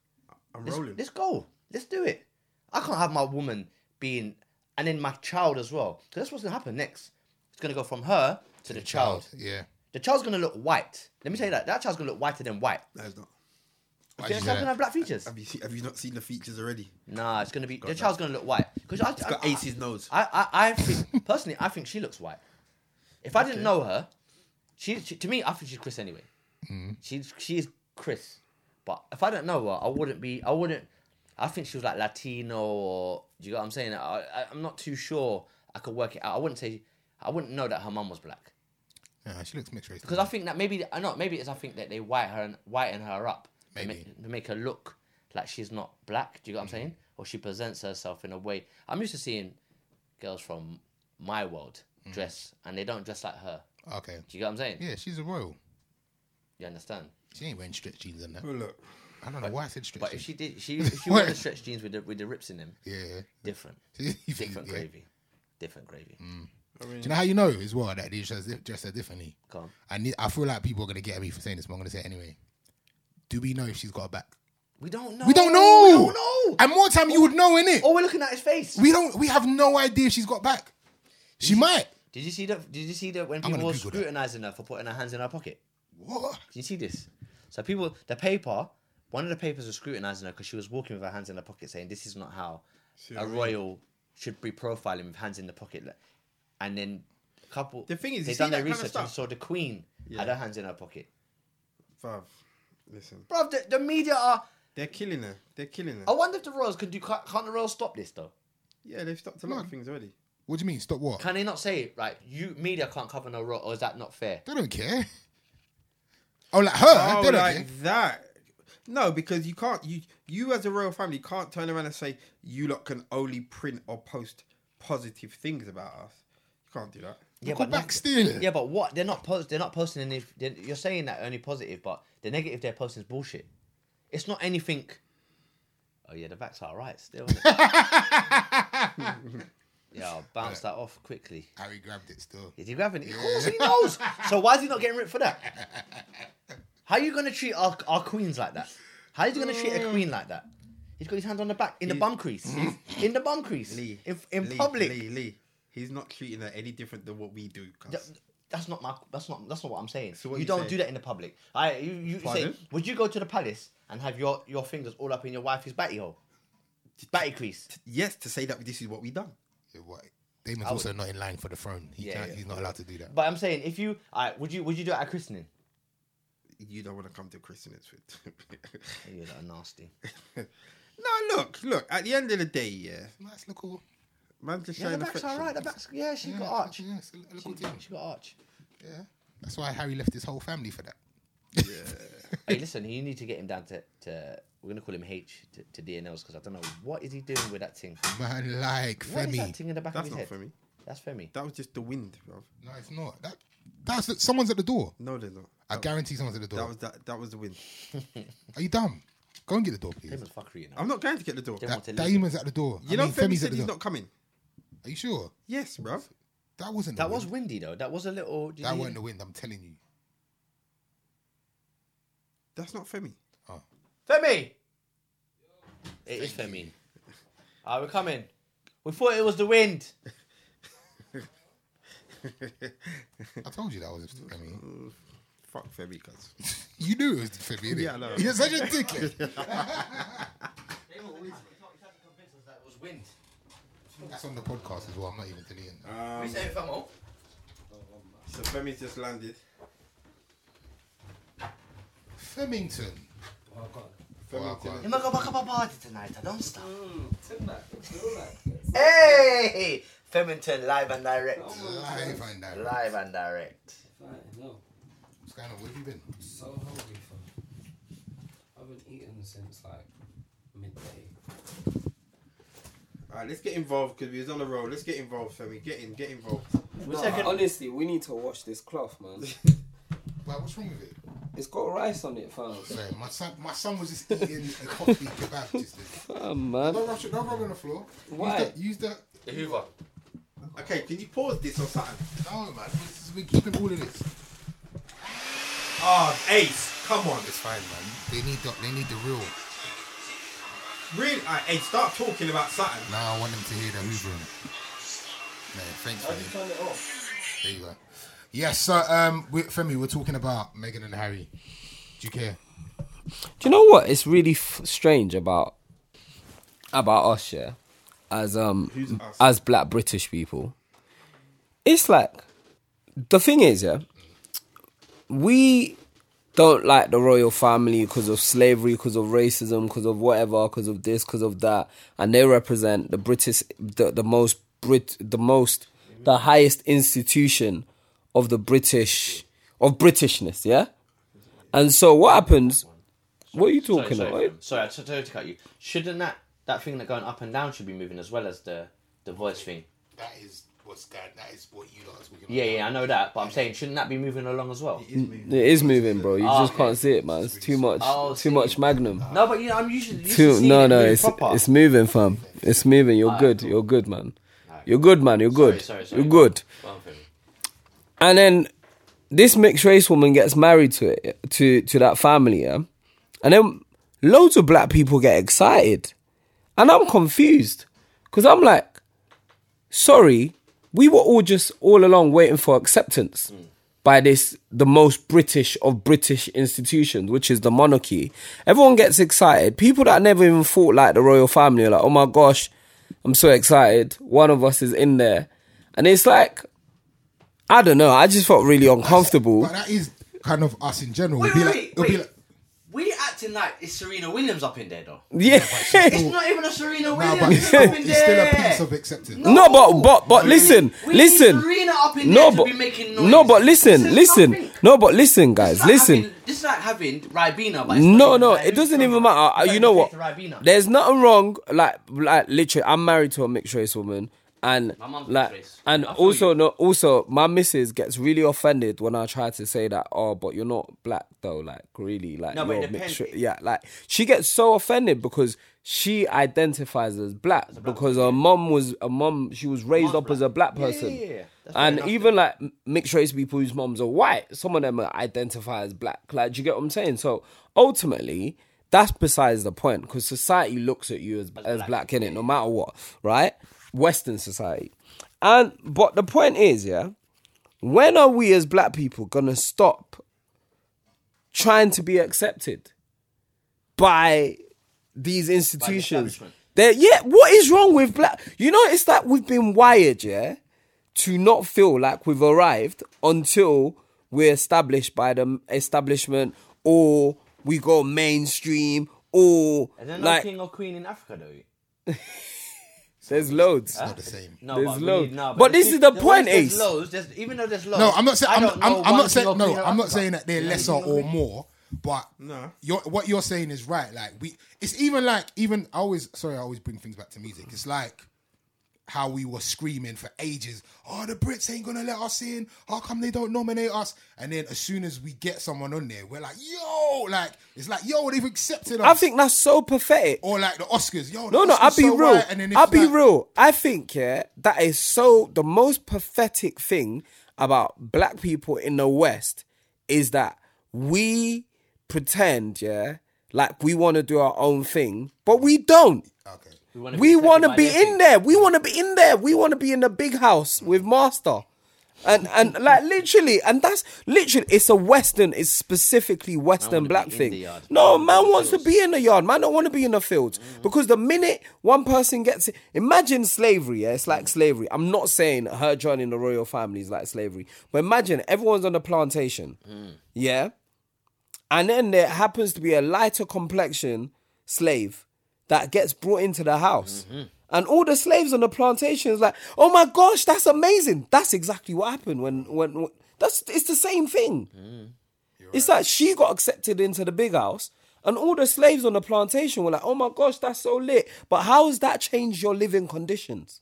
B: I'm
A: Let's,
B: rolling.
A: let's go. Let's do it. I can't have my woman being, and then my child as well. Because that's what's going to happen next. It's going to go from her to the child.
C: Yeah.
A: The child's going to look white. Let me tell you that. That child's going to look whiter than white.
B: No, it's not.
C: Why
A: The child's
C: did you
A: going
C: say
A: to have
C: that?
A: black features.
B: Have you seen, have you not seen the features already?
A: Nah, it's going to be, the child's going to look white. Because I,
B: It's got
A: I, I-
B: Ace's nose.
A: I, I, I think, personally, I think she looks white. If I didn't know her, she, she- to me, I think she's Chris anyway.
B: Mm-hmm.
A: She's she is Chris, but if I didn't know her, I wouldn't be. I wouldn't. I think she was like Latino, or do you get what I'm saying? I, I, I'm not too sure. I could work it out. I wouldn't say. I wouldn't know that her mum was black
C: Yeah, she looks mixed race.
A: because I think that maybe I know maybe it's I think that they white her and whiten her up to
C: Maybe. Mm-hmm.
A: make, to make her look like she's not black. Do you get what I'm saying? Or she presents herself in a way. I'm used to seeing girls from my world dress and they don't dress like her.
C: Okay.
A: Do you get what I'm saying?
C: Mm. Yeah, she's a royal.
A: You understand?
C: She ain't wearing stretch jeans and that.
B: Oh, look.
C: I don't know why I said stretch
A: But if
C: jeans.
A: she did, she if she wore the stretch jeans with the with the rips in them,
C: Yeah.
A: different,
C: You think-
A: different
C: yeah. Mm.
A: gravy, different gravy.
B: I
C: Do
B: mean,
C: you know how you know as well that they dress, dress her differently?
A: Go on.
C: I need. I feel like people are gonna get at me for saying this, but I'm gonna say it anyway. Do we know if she's got a back?
A: We don't know.
C: We don't know.
A: We don't know.
C: And more time, you would know, innit?
A: All we're looking at is face.
C: We don't. We have no idea if she's got back. She might.
A: did you see that? Did you see that when
C: gonna
A: people were
C: Google that.
A: scrutinizing her for putting her hands in her pocket?
C: What?
A: Did you see this? So So people, the paper, one of the papers was scrutinizing her because she was walking with her hands in her pocket, saying, "This is not how a royal should be profiling with hands in the pocket." Like- And then a couple,
B: The thing is,
A: they
B: you see
A: done
B: that
A: their
B: kind of
A: research and
B: stuff-
A: saw the Queen had her hands in her pocket.
B: Fav, listen,
A: Bro, the, the media are.
B: they're killing her. They're killing her.
A: I wonder if the royals can do. Can't, can't the royals stop this though?
B: Yeah, they've stopped a lot of things already.
C: What do you mean? Stop what?
A: Can they not say right? You media can't cover no royal, or is that not fair?
C: They don't care. Oh, like her?
B: Oh,
C: they don't care.
B: like that. No, because you can't. You you as a royal family can't turn around and say you lot can only print or post positive things about us. You can't do that.
A: Yeah,
C: Go
A: no-
C: back still.
A: Yeah, but what they're not post they're not posting any. they're- You're saying that only positive, but the negative they're posting is bullshit. It's not anything. Oh yeah, the back's all right still. innit? yeah, I'll bounce that off quickly.
C: Harry grabbed it still.
A: Is he grabbing it? Of course he knows. So why is he not getting ripped for that? How are you gonna treat our, our queens like that? How is he gonna treat a queen like that? He's got his hands on the back in the bum crease, in the bum crease,
B: Lee,
A: in, in
B: Lee,
A: public.
B: Lee, Lee, he's not treating her any different than what we do. cuz.
A: Th- That's not my. That's not. That's not what I'm saying.
B: So what
A: you
B: you
A: don't
B: saying?
A: do that in the public. I. You. you say.
B: Pardon?
A: Would you go to the palace and have your your fingers all up in your wife's batty hole, batty crease?
B: Yes, to say that this is what we done.
C: Yeah, what? Damon's also not in line for the throne. He
A: Yeah,
C: can't,
A: yeah.
C: He's not allowed to do that.
A: But I'm saying, if you, I would you would you do it at christening?
B: You don't want to come to christenings with.
A: Oh, You're that nasty.
B: no, look, look. At the end of the day, yeah,
C: Nice little.
B: man's just
A: Yeah, the
B: showing
A: back's
B: affection.
A: alright. The back's yeah. She
C: Yeah,
A: got arch.
C: yeah, it's a little
A: She,
C: thing.
A: she got arch.
C: Yeah. That's why Harry left his whole family for that.
A: hey, listen, you need to get him down to. to we're gonna call him H to, to DNLs because I don't know what is he doing with that thing.
C: Man, like
A: What is
C: Femi.
A: that thing in the back
B: That's
A: of his
B: not
A: head?
B: Femi.
A: That's Femi.
B: That was just the wind, bro.
C: No, it's not. That, that's the, someone's at the door.
B: No, they're not.
C: I guarantee someone's at the door.
B: That was that. That was the wind.
C: Are you dumb? Go and get the door, please.
A: Damon's fuckery, you know.
B: I'm not going to get the door.
A: They
C: That,
A: want to leave.
C: Damon's at the door.
B: You
C: I
B: know,
C: mean,
B: Femi
C: Femi's at
B: said
C: the
B: he's
C: door.
B: not coming.
C: Are you sure?
B: Yes, bruv.
C: That wasn't. The
A: That was
C: wind.
A: windy though. That was a little. did
C: That
A: you-
C: wasn't the wind. I'm telling you.
B: That's not Femi.
C: Oh.
A: Femi! It is Femi. Ah, we're coming. We thought it was the wind.
C: I told you that was Femi.
B: Fuck Femi, cuz.
C: You knew it was Femi. Innit?
B: Yeah, I know.
C: You're such a dickhead.
A: That was wind.
C: That's on the podcast as well. I'm not even deleting. That.
A: we say Femo.
B: So Femi's just landed.
C: Femington.
A: You might go back up a party tonight. I don't stop. Hey! Femmington live and direct.
C: Live and direct.
A: Live and direct.
C: Scanner, where have you been?
D: So hungry for. I haven't eaten since like midday.
B: Alright, let's get involved because we was on the road. Let's get involved, Femi. Get in, get involved.
D: No,
A: second-
D: honestly, we need to wash this cloth, man.
C: Well, what's wrong with it?
D: It's got rice on it, fam.
C: Sorry, my son, my son was just eating a coffee kebab just then.
D: Fam, man.
C: Don't rush it. Don't rub it on the floor. Use
D: Why?
C: that. Use that.
A: The Hoover.
B: Okay, can you pause this or something?
C: No, man. This is, we're keeping all of this.
B: Ah, Ace, come on.
C: It's fine, man. They need the, they need the real.
B: Really? Alright, Ace, start talking about something.
C: Now I want them to hear the hoovering. Man, thanks, Femi.
D: Turn it off.
C: There you go. Yes, so um, we, Femi, we're talking about Meghan and Harry. Do you care?
D: Do you know what? It's really f- strange about about us, yeah, as um
B: Who's us?
D: as Black British people. It's like the thing is, yeah, we don't like the royal family because of slavery, because of racism, because of whatever, because of this, because of that, and they represent the British, the, the most Brit, the most, the highest institution of the British of Britishness, yeah. And so what happens? What are you talking
A: sorry,
D: about?
A: Fem. Sorry, I t- sorry to cut you. Shouldn't that that thing that going up and down should be moving as well as the the voice thing?
C: That is what's good. That is what you lot are talking about.
A: Yeah, yeah, I know that, but I'm saying shouldn't that be moving along as well?
D: It is moving, bro. You
A: Oh,
D: just
A: okay.
D: can't see it, man. It's too much,
A: Oh,
D: too
A: see.
D: much Magnum.
A: No, but you know, I'm usually used to
D: Too,
A: seeing
D: no,
A: it
D: no,
A: really
D: it's
A: proper.
D: it's moving, fam. It's moving. You're good. You're good, man. You're good, man. You're
A: Sorry,
D: good.
A: sorry, sorry.
D: You're good. And then this mixed race woman gets married to it, to to that family, yeah. And then loads of black people get excited, and I'm confused because I'm like,
E: Mm.
D: sorry, we were all just all along waiting for acceptance. by this the most British of British institutions, which is the monarchy. Everyone gets excited. People that never even thought like the royal family are like, oh my gosh, I'm so excited. One of us is in there. And it's like I don't know, I just felt really uncomfortable.
C: But that is kind of us in general.
E: Wait,
C: It'll be
E: wait,
C: like-
E: wait,
C: it'll be
E: wait.
C: like-
E: we acting like it's Serena Williams up in there though.
D: Yeah.
E: It's not even a Serena
C: Nah,
E: Williams
C: but it's
E: up
C: still,
E: in
C: it's still
E: there.
C: a piece of acceptance.
D: No, but but but listen,
E: We
D: listen.
E: Need Serena up in
D: No,
E: there
D: but
E: to be making noise.
D: no, but listen,
E: This is
D: listen.
E: nothing.
D: No, but listen, guys,
E: It's like
D: listen.
E: Having, it's like having Ribena. But it's not
D: No,
E: even
D: no,
E: Ribena.
D: it doesn't even matter. Uh,
E: It's
D: You
E: like
D: know
E: you
D: what?
E: take the Ribena.
D: There's nothing wrong. Like, like literally, I'm married to a mixed race woman, and
E: My mum's
D: like,
E: mixed race.
D: and
E: I feel
D: also,
E: you.
D: no, also, my missus gets really offended when I try to say that. Oh, but you're not black though. Like, really, like
E: No, but
D: you're
E: it depends.
D: mixed. ra- Yeah, like she gets so offended because she identifies as black, because her mum was a mum. She was raised up as a black person.
A: yeah, yeah. That's fair
D: And
A: enough,
D: even like m- mixed race people whose moms are white, some of them identify as black. Like, do you get what I'm saying? So ultimately, that's besides the point because society looks at you as, as black, in it, no matter what, right? Western society. And but the point is, yeah, when are we as black people gonna stop trying to be accepted by these institutions?
E: establishment.
D: They're, yeah, what is wrong with black? You know, it's like we've been wired, yeah, to not feel like we've arrived until we're established by the m- establishment or we go mainstream or
A: Is there no
D: like
A: king or queen in Africa though?
D: there's loads.
C: Not the same.
A: No,
D: There's
A: we
D: loads.
A: need- no,
D: But this
A: there's-
D: is the
A: there's-
D: point,
A: there's
D: Ace.
A: loads, there's- even though there's loads.
C: No, I'm not saying.
A: I
C: I'm,
A: don't
C: I'm,
A: know
C: I'm
A: one
C: not
A: king or
C: saying. No,
A: queen in
C: I'm not
A: Africa.
C: saying that they're lesser or more. But
B: No.
C: you're, what you're saying is right. Like we, it's even like even. I always sorry. I always bring things back to music. It's like how we were screaming for ages. Oh, the Brits ain't gonna let us in. How come they don't nominate us? And then as soon as we get someone on there, we're like, yo, like it's like yo, they've accepted us.
D: I think that's so pathetic.
C: Or like the Oscars, yo. the
D: No, no,
C: Oscars
D: I'll be
C: so
D: real.
C: white, and then if,
D: I'll be
C: like-
D: real. I think, yeah, that is so the most pathetic thing about black people in the West is that we pretend, yeah, like we want to do our own thing, but we don't.
C: Okay.
D: We want to
E: by
D: be
E: their
D: in there. We want to be in there. We want to be in the big house with Master. And and like literally, and that's literally it's a Western, it's specifically Western black
A: be in
D: thing.
A: the yard.
D: No,
A: Man wanna be in
D: man
A: the
D: wants to
A: fields. Mm.
D: be in the yard. Man don't want to be in the fields. Because the minute one person gets it, imagine slavery, yeah, it's like slavery. I'm not saying her joining the royal family is like slavery, but imagine everyone's on the plantation.
A: Mm.
D: Yeah. And then there happens to be a lighter complexion slave that gets brought into the house.
A: Mm-hmm.
D: And all the slaves on the plantation is like, oh my gosh, that's amazing. That's exactly what happened when when, when- that's it's the same
A: Mm.
D: thing. It's like she got accepted into the big house, and all the slaves on the plantation were like, oh my gosh, that's so lit. But how has that changed your living conditions?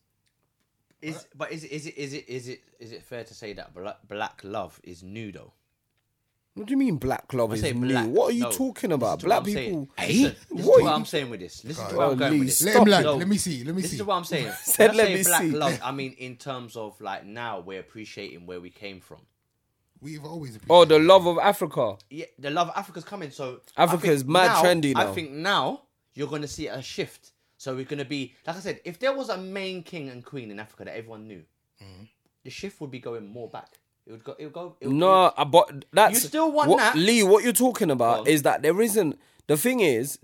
A: Is but is is it is it is it is it fair to say that black, black love is new though?
D: What do you mean black love is
A: say
D: new?
A: black,
D: What are you
A: no. Listen
D: talking about?
A: to what
D: Black
A: I'm saying.
D: people.
A: Listen, listen
D: What
A: to what
D: you-
A: I'm saying with this. Listen to what I'm going
D: Golly,
A: with this.
C: Let
D: Stop
C: him land.
A: it.
C: Let me see. Let me
A: This
C: see.
A: is what I'm saying. When
D: Said,
A: I
D: "Let
A: say
D: me
A: black
D: see."
A: love, I mean in terms of like now we're appreciating where we came from.
C: We've always. appreciated
D: Oh, the love of Africa.
A: Yeah, the love of Africa's coming. So I
D: Africa
A: think
D: is mad trendy now.
A: I think now you're going to see a shift. So we're going to be like I said, if there was a main king and queen in Africa that everyone knew,
C: Mm-hmm.
A: the shift would be going more back. It would go. It would go. It would
D: No, uh, but that's
A: You still want
D: what,
A: that?
D: Lee. What you're talking about
A: Go on.
D: is that there isn't. The thing is,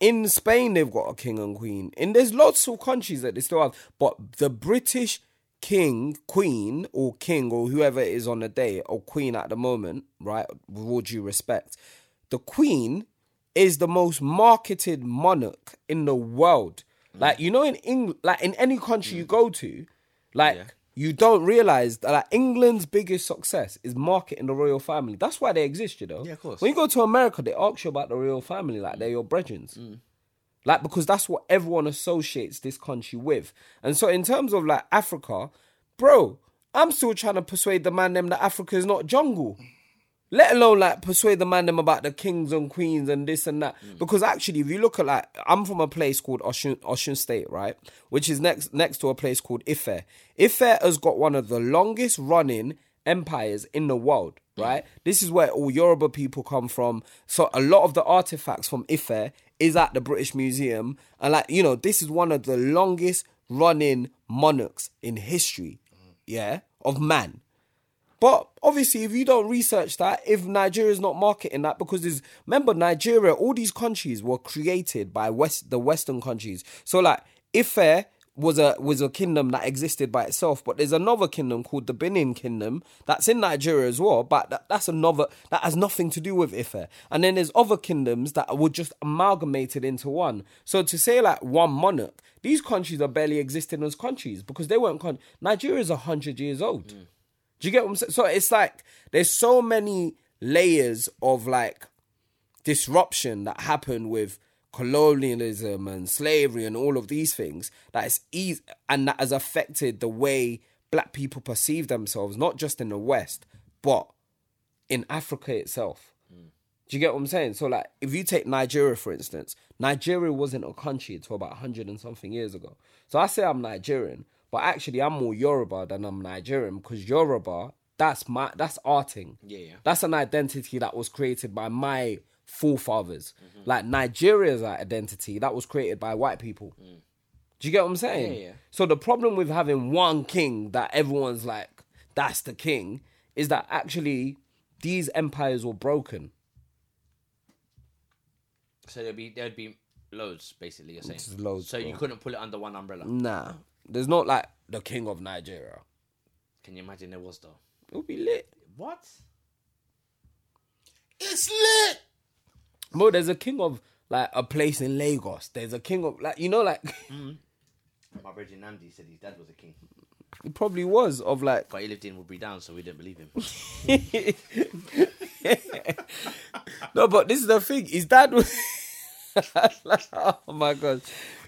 D: in Spain they've got a king and queen, and there's lots of countries that they still have. But the British king, queen, or king, or whoever it is on the day, or queen at the moment, right? With all due respect, the queen is the most marketed monarch in the world.
A: Mm.
D: Like you know, in England, like in any country you go to, like you don't realize that like, England's biggest success is marketing the royal family. That's why they exist, you know.
A: Yeah, of course.
D: When you go to America, they ask you about the royal family, like they're your brethren.
A: Mm.
D: Like because that's what everyone associates this country with. And so in terms of like Africa, bro, I'm still trying to persuade the man them that Africa is not jungle. Let alone like persuade the man them about the kings and queens and this and that. Because actually, if you look at like, I'm from a place called Oshun, Oshun State, right, which is next next to a place called Ife. Ife has got one of the longest running empires in the world, right? This is where all Yoruba people come from. So a lot of the artifacts from Ife is at the British Museum, and like you know, this is one of the longest running monarchs in history, yeah, of man. But obviously, if you don't research that, if Nigeria's not marketing that, because there's remember Nigeria, all these countries were created by West the Western countries. So like Ife was a was a kingdom that existed by itself, but there's another kingdom called the Benin Kingdom that's in Nigeria as well. But that, that's another that has nothing to do with Ife. And then there's other kingdoms that were just amalgamated into one. So to say like one monarch, these countries are barely existing as countries because they weren't. Con- Nigeria's hundred years old. Do you get what I'm saying? So it's like there's so many layers of like disruption that happened with colonialism and slavery and all of these things that is easy and that has affected the way black people perceive themselves, not just in the West, but in Africa itself. Do you get what I'm saying? So, like, if you take Nigeria, for instance, Nigeria wasn't a country until about 100 and something years ago. So, I say I'm Nigerian, but actually, I'm more Yoruba than I'm Nigerian because Yoruba, that's my, that's arting.
A: Yeah, yeah.
D: That's an identity that was created by my forefathers. Like, Nigeria's identity, that was created by white people. Do you get what I'm saying?
A: Mm. Yeah, yeah.
D: So the problem with having one king that everyone's like, that's the king, is that actually these empires were broken.
A: So there'd be there'd be loads basically. You're saying
D: Just loads,
A: So you
D: bro.
A: couldn't pull it under one umbrella.
D: Nah, there's not like the king of Nigeria.
A: Can you imagine there was though?
D: It would be lit.
A: What?
C: It's lit.
D: Bro, there's a king of like a place in Lagos. There's a king of like you know like
A: My brother Nandi said his dad was a king,
D: he probably was of like
A: but he lived in Woodbury Down, so we didn't believe him.
D: no, but this is the thing. His dad was. oh my god.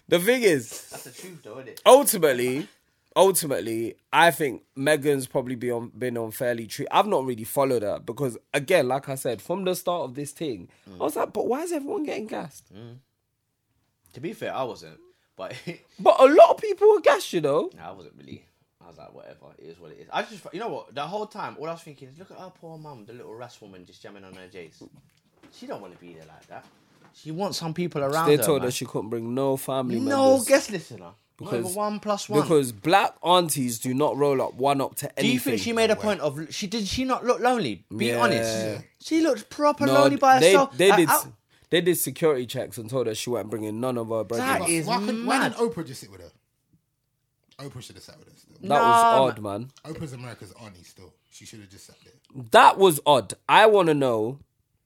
D: The thing is,
A: That's the truth, though, isn't it?
D: ultimately, ultimately, I think Megan's probably been on, been unfairly treated. I've not really followed her because, again, like I said, from the start of this thing, I was like, but why is everyone getting gassed?
A: To be fair, I wasn't, but
D: But a lot of people were gassed, you know.
A: Nah, I wasn't really. I was like, whatever, it is what it is. I just, you know what, the whole time, all I was thinking is, look at her poor mum, the little rest woman just jamming on her J's. She don't want to be there like that. She wants some people around
D: They
A: her.
D: told
A: man.
D: her she couldn't bring no family
A: no
D: members.
A: guest listener. Because
D: Because-
A: one plus one.
D: Because black aunties do not roll up one up to
A: Do
D: anything.
A: you think she made a point of she did she not look lonely? Be
D: Yeah.
A: honest, she looked proper
D: No,
A: lonely by
D: they,
A: herself.
D: They
A: Like,
D: did.
A: I-
D: they did security checks and told her she weren't bringing none of her brethren.
A: That
D: That,
C: But
A: is
C: why couldn't
A: mad.
C: why didn't Oprah just sit with her? Oprah should have sat with her still.
A: Nah,
D: was odd, man.
C: Oprah's America's auntie still. She should have just sat there.
D: That was odd. I want to know.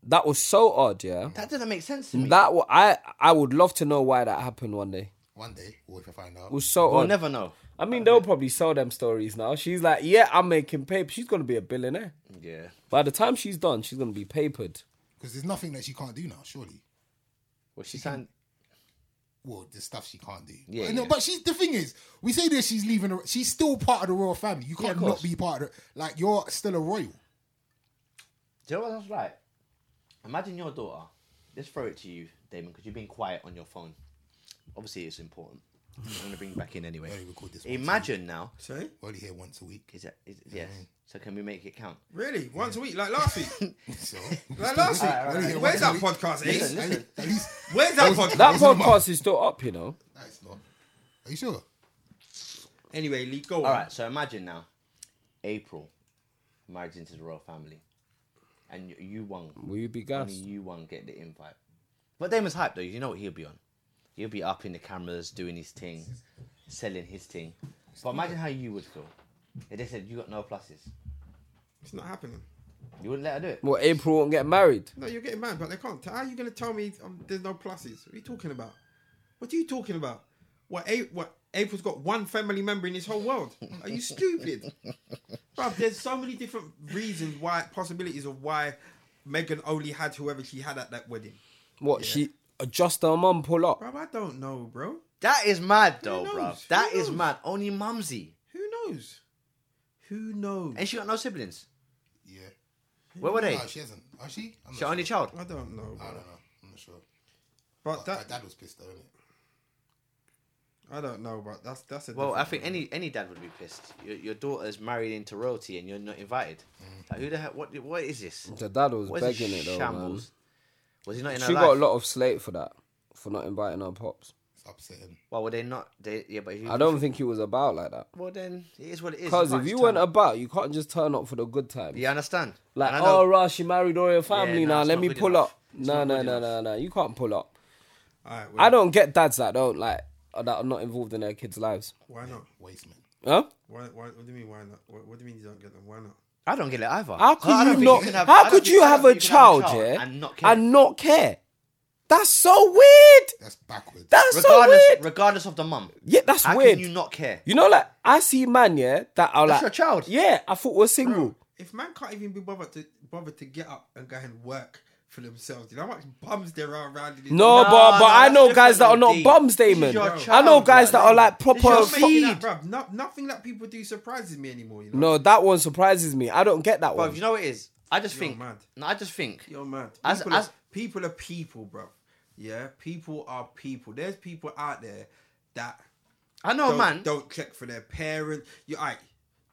D: That was so odd. Yeah.
A: that didn't make sense to me.
D: That wa- I I would love to know why that happened one day.
C: One day, or if I find out.
D: It was so
A: we'll
D: odd.
A: never know.
D: I mean, they'll probably sell them stories now. She's like, yeah, I'm making paper. She's gonna be a billionaire
A: Yeah,
D: by the time she's done. She's gonna be papered.
C: Because there's nothing that she can't do now, surely.
A: well, she signed.
C: Well, the stuff she can't do.
A: Yeah,
C: But no,
A: yeah.
C: but she's the thing is, we say that she's leaving. The, she's still part of the royal family. You can't
A: course.
C: not be part of. The, like you're still a royal.
A: Do you know what that's like? Imagine your daughter. Let's throw it to you, Damon, because you've been quiet on your phone. Obviously, it's important. I'm gonna bring it back in anyway.
C: Only record this once a
A: Imagine now.
B: Sorry?
C: week. We're only here once a week.
A: Is that is, yes?
C: Mm-hmm.
A: So can we make it count?
B: Really? Once a week, like last week.
C: So
B: Like last week. Where's that podcast, Ace?
A: Listen, listen.
C: at least
B: Where's that podcast?
D: That
C: Wasn't much.
D: podcast is still up, you know.
C: that's not. Are you sure?
B: Anyway, Lee, go on.
A: All right. So imagine now, April, married into the royal family, and you, you won.
D: Will you be
A: Only
D: gassed?
A: you won get the invite. But Damon's hype though. You know what he'll be on. He'll be up in the cameras doing his thing, selling his thing. But imagine how you would feel if they said you got no pluses.
B: It's not happening.
A: You wouldn't let her do it.
D: Well, April won't get married.
B: No, you're getting mad, but they can't. How are you going to tell me um, there's no pluses? What are you talking about? What are you talking about? What, A- what April's got one family member in this whole world? Are you stupid? Bruv, there's so many different reasons why, possibilities of why Megan only had whoever she had at that wedding.
D: What she Uh, just her mum pull up.
B: Bruv, I don't know, bro.
A: That is mad though,
B: knows?
A: bro.
B: Who
A: That is
B: knows?
A: mad. Only mumsy,
B: Who knows? Who knows?
A: and she got no siblings.
C: Yeah.
A: Where were they?
C: No, she hasn't. Are she?
A: She's
C: I'm not
A: her
C: sure.
A: only child.
B: I don't know.
C: I don't know.
B: Bro.
C: I'm not sure.
B: But
C: That,
B: that,
C: dad was pissed though, innit?
B: I don't know. But that's that's a.
A: Well, I
B: different
A: think any any dad would be pissed. Your, your daughter's married into royalty and you're not invited. Like, who the hell? What? What is this?
D: The dad was
A: What is
D: Mm. begging
A: this
D: it though, man.
A: shambles? Was he not in
D: She
A: her
D: got a
A: life?
D: lot of slate for that, for not inviting her pops.
C: upsetting.
A: Well, were they not? They, yeah, but if you,
D: I don't think he was about like that.
A: Well, then it is what it is.
D: Because
A: You
D: if
A: can't
D: you
A: just
D: went
A: turn up.
D: about, you can't just turn up for the good times.
A: you understand?
D: Like,
A: And I know-
D: oh, right, she married all her family
A: nah,
D: now.
A: it's
D: Let
A: not
D: me
A: good
D: pull
A: enough.
D: up.
A: It's
D: No,
A: not
D: no,
A: good
D: no, no,
A: enough.
D: no. You can't pull up.
B: All right,
D: I don't get dads that don't like uh, that are not involved in their kids' lives.
B: Why not?
C: Waste man.
D: Huh?
B: Why, why? What do you mean? Why not? What, what do you mean you don't get them? Why not?
A: I don't get it either. I
D: How
A: don't
D: could you
A: think
D: not?
A: can have- I
D: how
A: don't
D: could
A: think-
D: you
A: I don't
D: have a
A: think you can have
D: child, yeah,
A: and not care?
D: and not care? That's so weird.
C: That's backwards.
D: That's so
A: regardless,
D: weird.
A: regardless of the mum.
D: Yeah, that's
A: How
D: weird.
A: can you not care?
D: You know, like I see man, yeah, that are
A: That's
D: like
A: your child.
D: Yeah, I thought we're single.
B: If man can't even be bothered to bothered to get up and go and work for themselves, you know how much bums there are around in this
D: No,
A: Nah,
D: but but
A: nah,
D: I
A: that's
D: know guys that are
A: different,
D: not
A: indeed.
D: bums,
A: This is
D: Damon.
A: your
D: I know
A: child,
D: guys that
A: bro.
D: are like
A: This is
D: proper.
A: your
D: fu-
A: mate.
B: Nah, bruv, no, nothing that people do surprises me anymore. You know,
D: No, that one surprises me. I don't get that
A: But
D: one.
A: you know what it is? I just
B: You're
A: think.
B: mad.
A: No, I just think.
B: you're mad. People,
A: As-
B: are,
A: as-
B: people are people, bro. Yeah, people are people. There's people out there that
A: I know,
B: don't,
A: man.
B: don't check for their parents. You I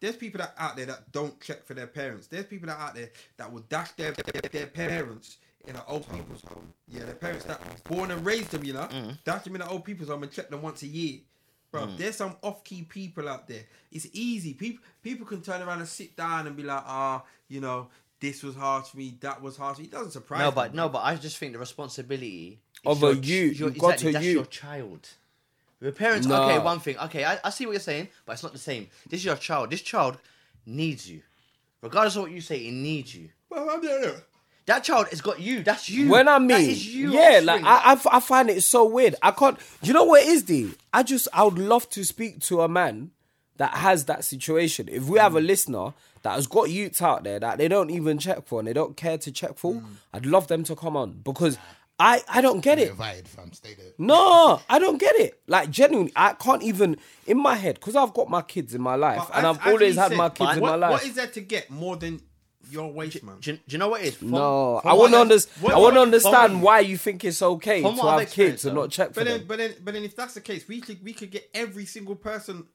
B: there's people that out there that don't check for their parents. There's people that out there that will dash their their, their parents in an old people's home. Yeah, their parents that born and raised them, you know,
D: Mm.
B: dash them in an old people's home and check them once a year. Bro, there's some off-key people out there. It's easy. People people can turn around and sit down and be like, ah, you know, this was hard for me, that was hard for me. It doesn't surprise
A: No,
B: me,
A: but
B: bro.
A: no, but I just think the responsibility is
D: Of a
A: your,
D: you.
A: your-
D: You've got
A: exactly,
D: to
A: that's
D: you.
A: your child. The parents,
D: Nah.
A: okay, one thing, okay, I, I see what you're saying, but it's not the same. This is your child. This child needs you, regardless of what you say. It needs you.
B: Well, I'm there, there.
A: That child has got you. That's you.
D: when I
A: that
D: mean,
A: is you
D: yeah,
A: offspring.
D: like I, I f- I find it so weird. I can't. You know what it is the? I just I would love to speak to a man that has that situation. If we
B: Mm.
D: have a listener that has got youths out there that they don't even check for and they don't care to check for,
B: Mm.
D: I'd love them to come on because I I don't get
C: Get
D: it.
C: invited, fam. Stay there.
D: No, I don't get it. Like genuinely, I can't even in my head because I've got my kids in my life
B: But
D: and
B: as-
D: I've
B: as
D: always
B: he
D: had
B: said,
D: my kids
B: but
D: in
B: what-
D: my life.
B: What is there to get more than your waist, man?
A: do, you- do you know what it is? From-
D: no,
A: from
D: I
A: what
D: want to
A: I've-
D: understand.
A: what-
D: I want to
A: from-
D: understand why you think it's okay to
A: From what I've
D: have kids
A: experienced,
D: and
A: though.
D: not check for
B: But then,
D: them.
B: but then, but then, if that's the case, we could we could get every single person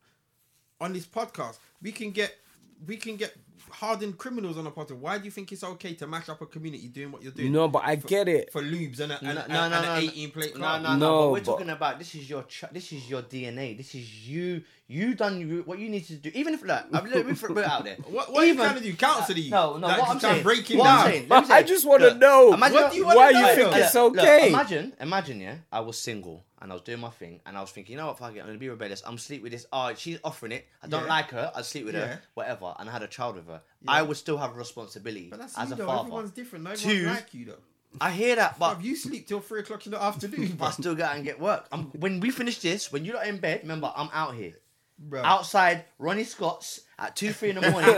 B: on this podcast. We can get we can get hardened criminals on a podcast. Why do you think it's okay to mash up a community doing what you're doing?
D: No, but I get it.
B: for lubes and a, and,
A: No,
B: and-
A: no,
B: and
A: no, no,
B: an
A: no.
B: 18 plate
A: No,
B: card.
A: no, no.
D: No,
A: but we're
D: but-
A: talking about this is your ch- this is your DNA. This is you. You done you- what you need to do. Even if like, I'm let me throw it out there.
B: What, what are you
A: Even-
B: trying to do? Counsel you?
A: No, no.
B: Like,
A: what
B: you
A: I'm
B: trying to
A: saying,
B: break him
A: what
B: down.
A: I'm saying, let me
D: But I
A: say-
D: just wanna
A: look,
D: know,
A: imagine-
D: what
B: do you wanna
D: why you
B: know?
D: think
B: Look,
D: it's
A: look,
D: okay?
A: imagine, imagine, yeah. I was single and I was doing my thing and I was thinking, you know what, fuck it, I'm gonna be rebellious. I'm sleep with this. Oh, she's offering it. I don't
B: Yeah.
A: like her. I sleep with
B: Yeah.
A: her, whatever. And I had a child with her. I would still have a responsibility
B: But that's
A: as
B: you
A: a
B: though.
A: father.
B: Everyone's different. No one's
A: Two-
B: like you though.
A: I hear that, but
B: Bruv, you sleep till three o'clock in the afternoon,
A: I
B: bruv.
A: still go out and get work. I'm, when we finish this, when you're not in bed, remember I'm out here,
B: Bruv.
A: outside Ronnie Scott's at two, three in the morning,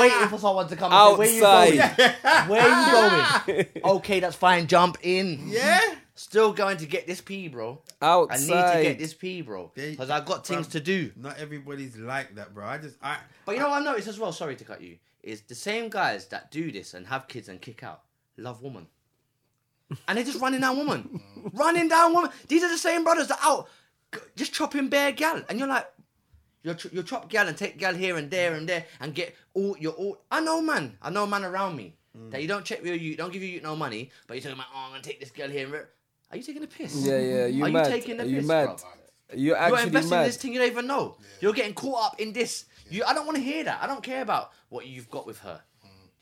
A: waiting for someone to come. And say, Where you
D: Outside,
A: going? Where you going? okay, that's fine. Jump in.
B: Yeah.
A: Still going to get this pee, bro. I need to get
D: outside.
A: this pee, bro,
B: They-
A: because I've got things
B: bruv.
A: to do.
B: Not everybody's like that, bro. I just I.
A: But you know what I noticed as well. Sorry to cut you. Is the same guys that do this and have kids and kick out love woman, and they're just running down woman, running down woman. These are the same brothers that out g- just chopping bare gal, and you're like, you're tr- you chop gal and take gal here and there and there and get all your all. I know man, I know man around me that you don't check with your you don't give you no money, but you're talking about oh I'm gonna take this girl here. and re-" Are you taking a piss?
D: Yeah, yeah. You
A: Are
D: mad?
A: you taking a
D: Are
A: piss?
D: you mad?
A: bruv?
D: You're
A: You're
D: actually
A: investing in
D: mad.
A: this thing you don't even know. You're getting caught up in this. You, I don't want to hear that. I don't care about what you've got with her.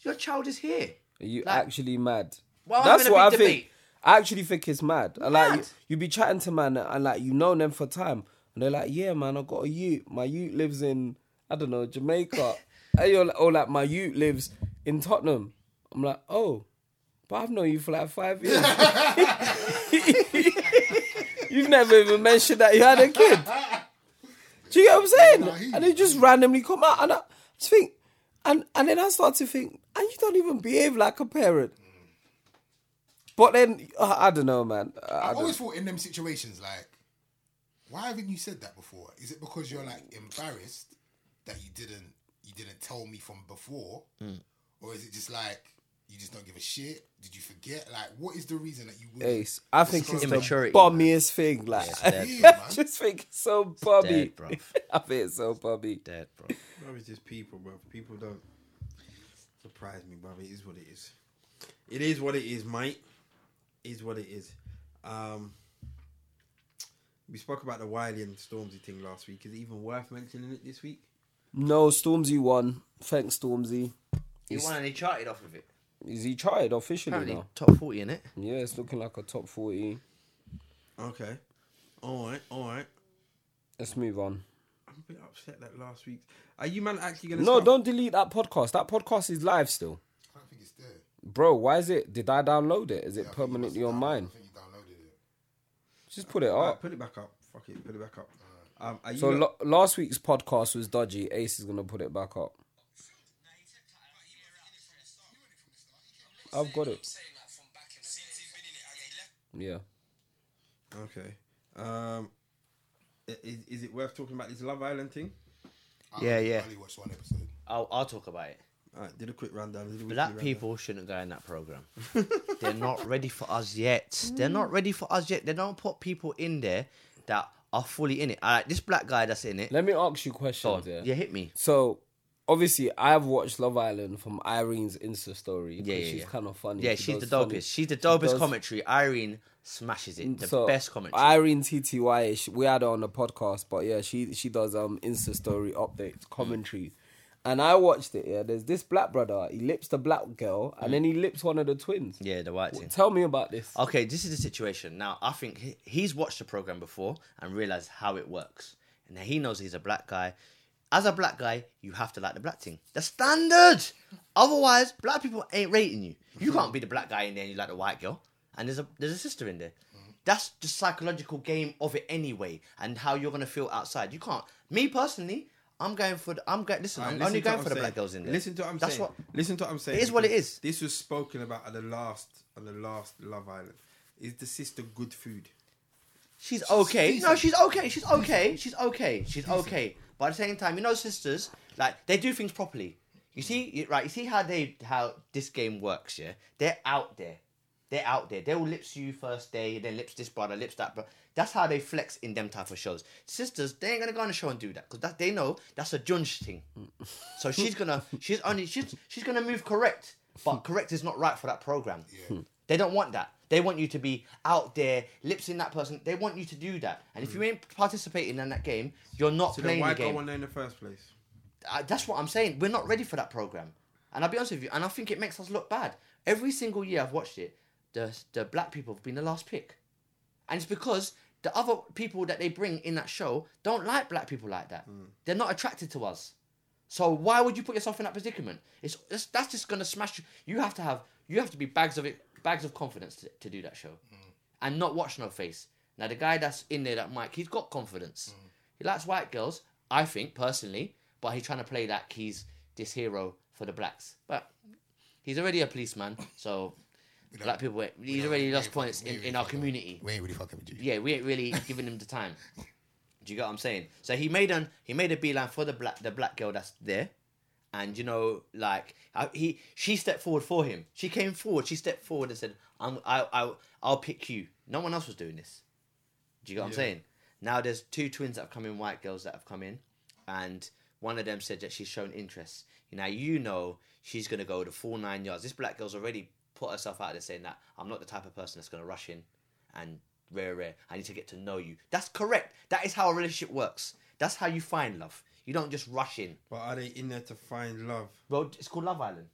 A: Your child is here.
D: Are you
A: Like-
D: actually mad?
A: Well, I'm
D: That's
A: having a
D: what I
A: big
D: think.
A: debate.
D: I actually think it's mad. And, Like you,
A: Mad.
D: you be chatting to man and like you know them for time, and they're like, "Yeah, man, I got a ute. My ute lives in I don't know Jamaica." and you're like, "Oh, like my ute lives in Tottenham." I'm like, "Oh, but I've known you for like five years. You've never even mentioned that you had a kid." Do you get what I'm saying?
C: Nah, he-
D: and they just randomly come out, and I just think, and and then I start to think, and you don't even behave like a parent. But then uh, I don't know, man. Uh, I
C: I've
D: don't,
C: always thought in them situations, like, why haven't you said that before? Is it because you're like embarrassed that you didn't you didn't tell me from before,
D: Mm.
C: or is it just like you just don't give a shit? Did you forget? Like, what is the reason that you? wouldn't?
D: Ace, I think it's, the
A: immaturity,
D: bummiest thing. Like,
C: dead,
D: I
C: man.
D: just think it's so bummy.
A: dead, bruv.
D: I think it's so bummy.
A: Dead, bro.
B: Bro, it's just people, bro. People don't surprise me, bro. It is what it is. It is what it is, mate. It is what it is. Um, We spoke about the Wiley and Stormzy thing last week. Is it even worth mentioning it this week?
D: No, Stormzy won. Thanks, Stormzy.
A: He won and he charted off of it.
D: Is he charted officially
F: Apparently,
D: now?
F: top 40 in it.
A: Uh-huh.
D: Yeah, it's looking like a top 40.
B: Okay. All right. All right.
D: Let's move on.
B: I'm a bit upset that last week. Are you man actually gonna?
D: No,
B: start-
D: don't delete that podcast. That podcast is live still.
C: I don't think it's there.
D: Bro, why is it? Did I download it? Is
C: Yeah,
D: it
C: I think you
D: permanently
C: must
D: on
C: down-
D: mine?
C: I think you downloaded it.
D: Just put it
B: Alright,
D: up.
B: put it back up. Fuck it. Put it back up. Um, are you
D: So
B: lot-
D: lo- last week's podcast was dodgy. Ace is gonna put it back up. I've got it. Yeah.
B: okay? Um, i- is, is it worth talking about this Love Island thing?
C: I
F: Yeah,
C: only-
F: yeah.
C: I only watched one episode.
A: I'll, I'll talk about it.
B: All right. Did a quick rundown. Did a weekly
A: Black
B: rundown.
A: people shouldn't go in that program. They're not ready for us yet. They're not ready for us yet. They don't put people in there that are fully in it. All right, this black guy that's in it.
D: Let me ask you
A: Go on.
D: questions.
A: Yeah.
D: Yeah.
A: hit me.
D: So obviously I've watched Love Island from Irene's Insta story. 'cause
A: Yeah, yeah,
D: she's
A: yeah.
D: kind of funny.
A: Yeah,
D: She
A: she's the
D: does
A: dopest.
D: funny-
A: She's the dopest
D: does-
A: commentary. Irene smashes it. The
D: So,
A: best commentary.
D: Irene TTY, she- we had her on the podcast, but yeah, she she does um Insta story updates,
A: Mm.
D: commentary. And I watched it, yeah. There's this black brother, he lips the black girl, and then he lips one of the twins.
A: Mm. yeah, Uh, the white team.
D: Tell me about this.
A: Okay, this is the situation. Now, I think he, he's watched the program before and realized how it works. And now he knows he's a black guy. As a black guy, you have to like the black thing. The standard! Otherwise, black people ain't rating you.
B: Mm-hmm.
A: You can't be the black guy in there and you like the white girl. And there's a there's a sister in there.
B: Mm-hmm.
A: That's the psychological game of it anyway, and how you're gonna feel outside. You can't. Me personally, I'm going for the, I'm going. Listen,
B: All right,
A: I'm
B: listen
A: only
B: to
A: going
B: what
A: for
B: I'm
A: the black
B: saying.
A: girls in there.
B: Listen to what I'm
A: That's
B: saying.
A: what
B: Listen to what I'm saying.
A: is what it is.
B: This was spoken about at the last on the last Love Island. Is the sister good food?
A: She's okay. No, she's okay. She's okay. She's okay. She's okay. But at the same time, you know, sisters, like they do things properly. You see, you- right? You see how they how this game works. Yeah, they're out there. They're out there. They will lips you first day, then lips this brother, lips that brother. That's how they flex in them type of shows. Sisters, they ain't gonna go on a show and do that because that they know that's a junge thing. So she's gonna, she's only, she's she's gonna move correct, but correct is not right for that program. They don't want that. They want you to be out there, lips in that person. They want you to do that. And if you ain't participating in that game, you're not
B: Mm. So then
A: playing
B: why
A: the
B: go
A: game.
B: on there in the first place?
A: I, that's what I'm saying. We're not ready for that program. And I'll be honest with you, and I think it makes us look bad. Every single year I've watched it, the the black people have been the last pick, and it's because the other people that they bring in that show don't like black people like that.
B: Mm.
A: They're not attracted to us. So why would you put yourself in that predicament? It's, it's that's just gonna smash you. You have to have you have to be bags of it, bags of confidence to, to do that show, and not watch no face. Now the guy that's in there, that Mike, he's got confidence. He likes white girls, I think personally, but he's trying to play that he's this hero for the blacks. But he's already a policeman, so black people. ain't- He's already lost points in, in our community.
C: We ain't really fucking with you.
A: Yeah, we ain't really giving him the time. Do you get what I'm saying? So he made an he made a beeline for the black the black girl that's there, and you know like I, he she stepped forward for him. She came forward. She stepped forward and said, "I'm I I I'll pick you." No one else was doing this. Do you get what I'm saying? Now there's two twins that have come in, white girls that have come in, and one of them said that she's shown interest. Now you know she's gonna go the full nine yards. This black girl's already put herself out there saying that I'm not the type of person that's gonna rush in and rare rare. I need to get to know you. That's correct. That is how a relationship works. That's how you find love. You don't just rush in.
B: But are they in there to find love?
A: Well, it's called Love Island.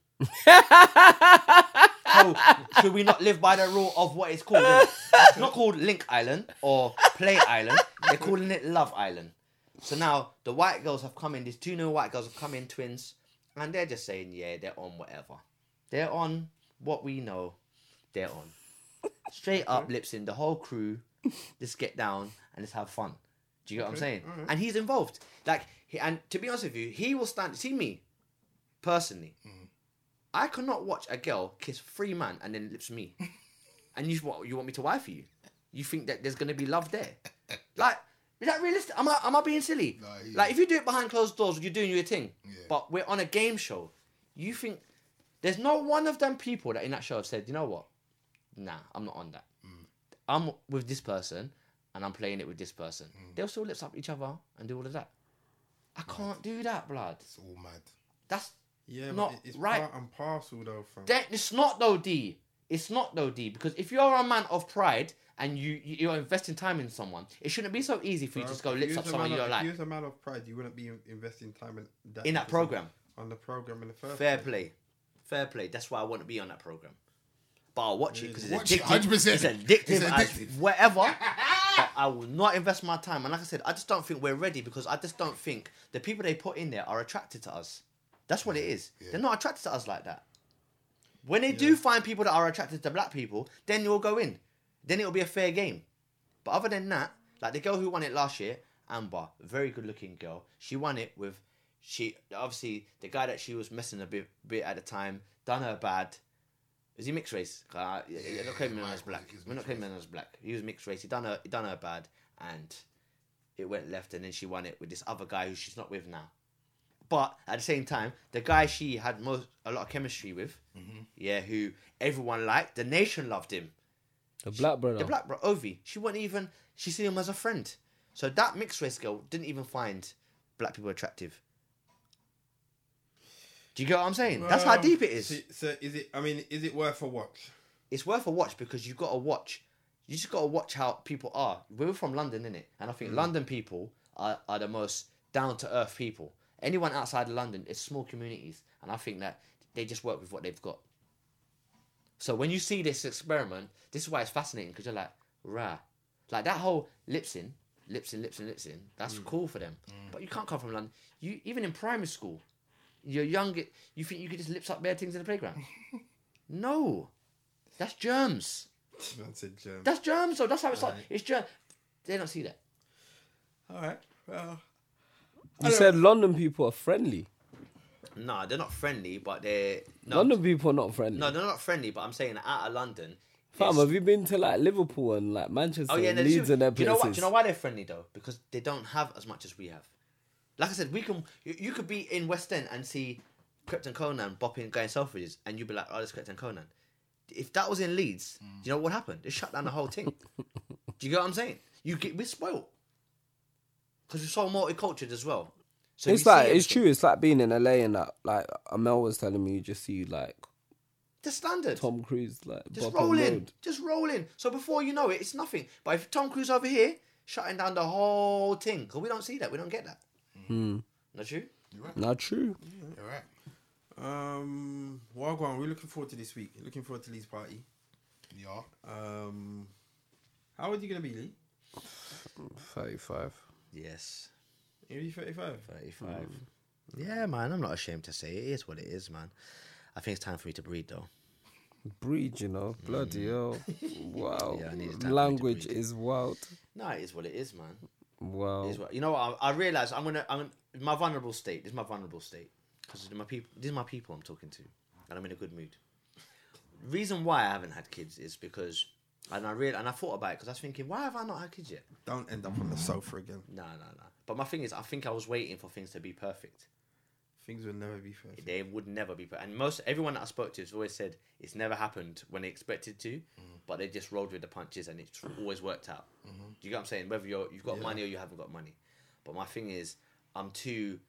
A: so, should we not live by the rule of what it's called? innit? It's not called Link Island or Play Island. They're calling it Love Island. So now the white girls have come in. These two new white girls have come in, twins, and they're just saying, "Yeah, they're on whatever. They're on what we know. They're on." straight up lips in the whole crew. Let's get down and let's have fun. Do you get what I'm saying? And he's involved. Like, he, and to be honest with you, he will stand. See me, personally, I cannot watch a girl kiss three man and then lips me. and you what? You want me to wife you? You think that there's gonna be love there? like, is that realistic? Am I am I being silly?
C: Nah, he-
A: like, if you do it behind closed doors, you're doing your thing.
C: Yeah.
A: But we're on a game show. You think there's not one of them people that in that show have said, you know what? Nah, I'm not on that.
B: Mm.
A: I'm with this person and I'm playing it with this person.
B: Mm.
A: They'll still lips up each other and do all of that. I can't do that, blood.
C: It's all mad.
A: That's
B: Yeah,
A: Not
B: but it- it's
A: right.
B: part and parcel though. From
A: that, it's not though, D. It's not though, D, because if you are a man of pride and you you- you're investing time in someone, it shouldn't be so easy for you to just go
B: If
A: lips
B: you
A: up
B: was a
A: someone you
B: man of-
A: don't
B: if
A: like
B: You was a man of pride, you wouldn't be in- investing time in that,
A: in that program.
B: on the program in the first.
A: Fair play, fair play. That's why I want to be on that program. But I'll watch it because it's
C: Watch it,
A: addictive.
C: 100%.
A: It's addictive.
C: It's
A: as
C: addictive.
A: whatever. but I will not invest my time. And like I said, I just don't think we're ready because I just don't think the people they put in there are attracted to us. That's what it is. They're not attracted to us like that. When they do find people that are attracted to black people, then you'll go in. Then it'll be a fair game. But other than that, like the girl who won it last year, Amber, very good looking girl. She won it with she obviously the guy that she was messing a bit bit at the time done her bad. Is he mixed race? Uh, yeah, yeah, not claiming him as black. We're not claiming him as black. He was mixed race. He done her he done her bad, and it went left, and then she won it with this other guy who she's not with now. But at the same time, the guy she had most a lot of chemistry with, yeah, who everyone liked, the nation loved him.
D: The black brother.
A: The black bro Ovi, she wasn't even she seen him as a friend. So that mixed race girl didn't even find black people attractive. Do you get what I'm saying? That's how deep it is.
B: So, Um, so is it? I mean, is it worth a watch?
A: It's worth a watch because you've got to watch. You just got to watch how people are. We're from London, innit? And I think London people are, are the most down to earth people. Anyone outside of London is small communities, and I think that they just work with what they've got. So when you see this experiment, this is why it's fascinating because you're like, rah. Like that whole lipsing, lipsing, lipsing, lipsing, that's cool for them. But you can't come from London. You even in primary school, you're young, you think you could just lips up bare things in the playground. no. That's germs.
B: That's a germ.
A: That's germs though. That's how it's like it's germ they don't see that.
B: All right. Well,
D: you said London people are friendly.
A: No, they're not friendly, but they're no
D: London people are not friendly.
A: no, they're not friendly, but I'm saying that out of London.
D: Fam,
A: it's-
D: have you been to like Liverpool and like Manchester
A: Oh yeah,
D: and
A: no,
D: Leeds
A: you,
D: and their
A: you
D: places?
A: know what? Do you know why they're friendly though? Because they don't have as much as we have. Like I said, we can. You, you could be in West End and see Krypton Conan bopping going Selfridges, and you'd be like, "Oh, there's Krypton Conan." If that was in Leeds, do you know what happened? They shut down the whole thing. do you get what I'm saying? You get we're spoiled because we're so multicultural as well. So
D: it's
A: we see
D: like it's
A: everything.
D: true. It's like being in LA and that. Like Amel was telling me, you just see like
A: The standard.
D: Tom Cruise like
A: Just
D: bopping
A: rolling,
D: road.
A: just rolling. So before you know it, it's nothing. But if Tom Cruise over here shutting down the whole thing, because we don't see that, we don't get that. Not true.
D: Not true.
C: All right.
B: um, Wagwan, we're looking forward to this week. Looking forward to Lee's party.
C: Yeah.
B: Um, how old are you gonna be, Lee?
D: Thirty-five.
A: Yes,
B: Are you thirty-five?
A: thirty-five. Hmm. Yeah, man, I'm not ashamed to say it. it is what it is, man. I think it's time for me to breed, though.
D: Breed, you know, bloody hell. Wow.
A: Mm. Yeah, I need to tap into
D: Language
A: breed.
D: is wild.
A: No, it is what it is, man.
D: Wow.
A: It is what, you know what? I, I realize I'm gonna. I'm gonna, my vulnerable state. This is my vulnerable state because my people. These are my people I'm talking to, and I'm in a good mood. Reason why I haven't had kids is because, and I real and I thought about it because I was thinking, why have I not had kids yet?
B: Don't end up on the sofa again.
A: No, no, no. But my thing is, I think I was waiting for things to be perfect.
B: Things will never be fair.
A: They would never be perfect. And most everyone that I spoke to has always said it's never happened when they expected to, but they just rolled with the punches and it's always worked out. Do you get what I'm saying? Whether you're, you've got money or you haven't got money. But my thing is, I'm too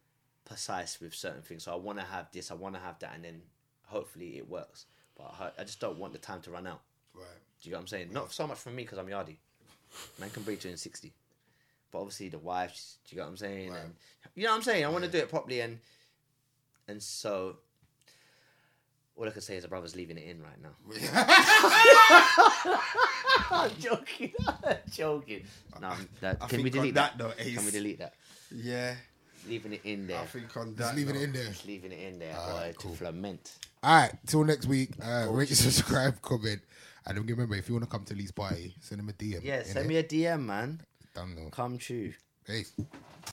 A: precise with certain things. So I want to have this, I want to have that, and then hopefully it works. But I, I just don't want the time to run out.
C: Right.
A: Do you know what I'm saying? Not so much for me because I'm Yardi. Man can breed you in 60. But obviously the wife, she's- do you know what I'm saying? And, you know what I'm saying? I want to do it properly. And and so all I can say is the brother's leaving it in right now. I'm joking. I'm joking. No, that,
B: I
A: can we
B: think on
A: delete that?
B: that note,
A: can we
B: Ace-
A: delete that?
B: Yeah,
A: Leaving it in there.
B: I think on that.
C: Just leaving it
B: note-
C: in there.
A: Just leaving it in there boy,
C: Alright,
A: to
C: cool.
A: ferment.
C: All right. Till next week. Uh, rate, subscribe, comment, and remember if you want to come to Lee's party, send him a DM.
A: Yeah, send me a DM, man.
C: Done though.
A: Come true.
C: Peace.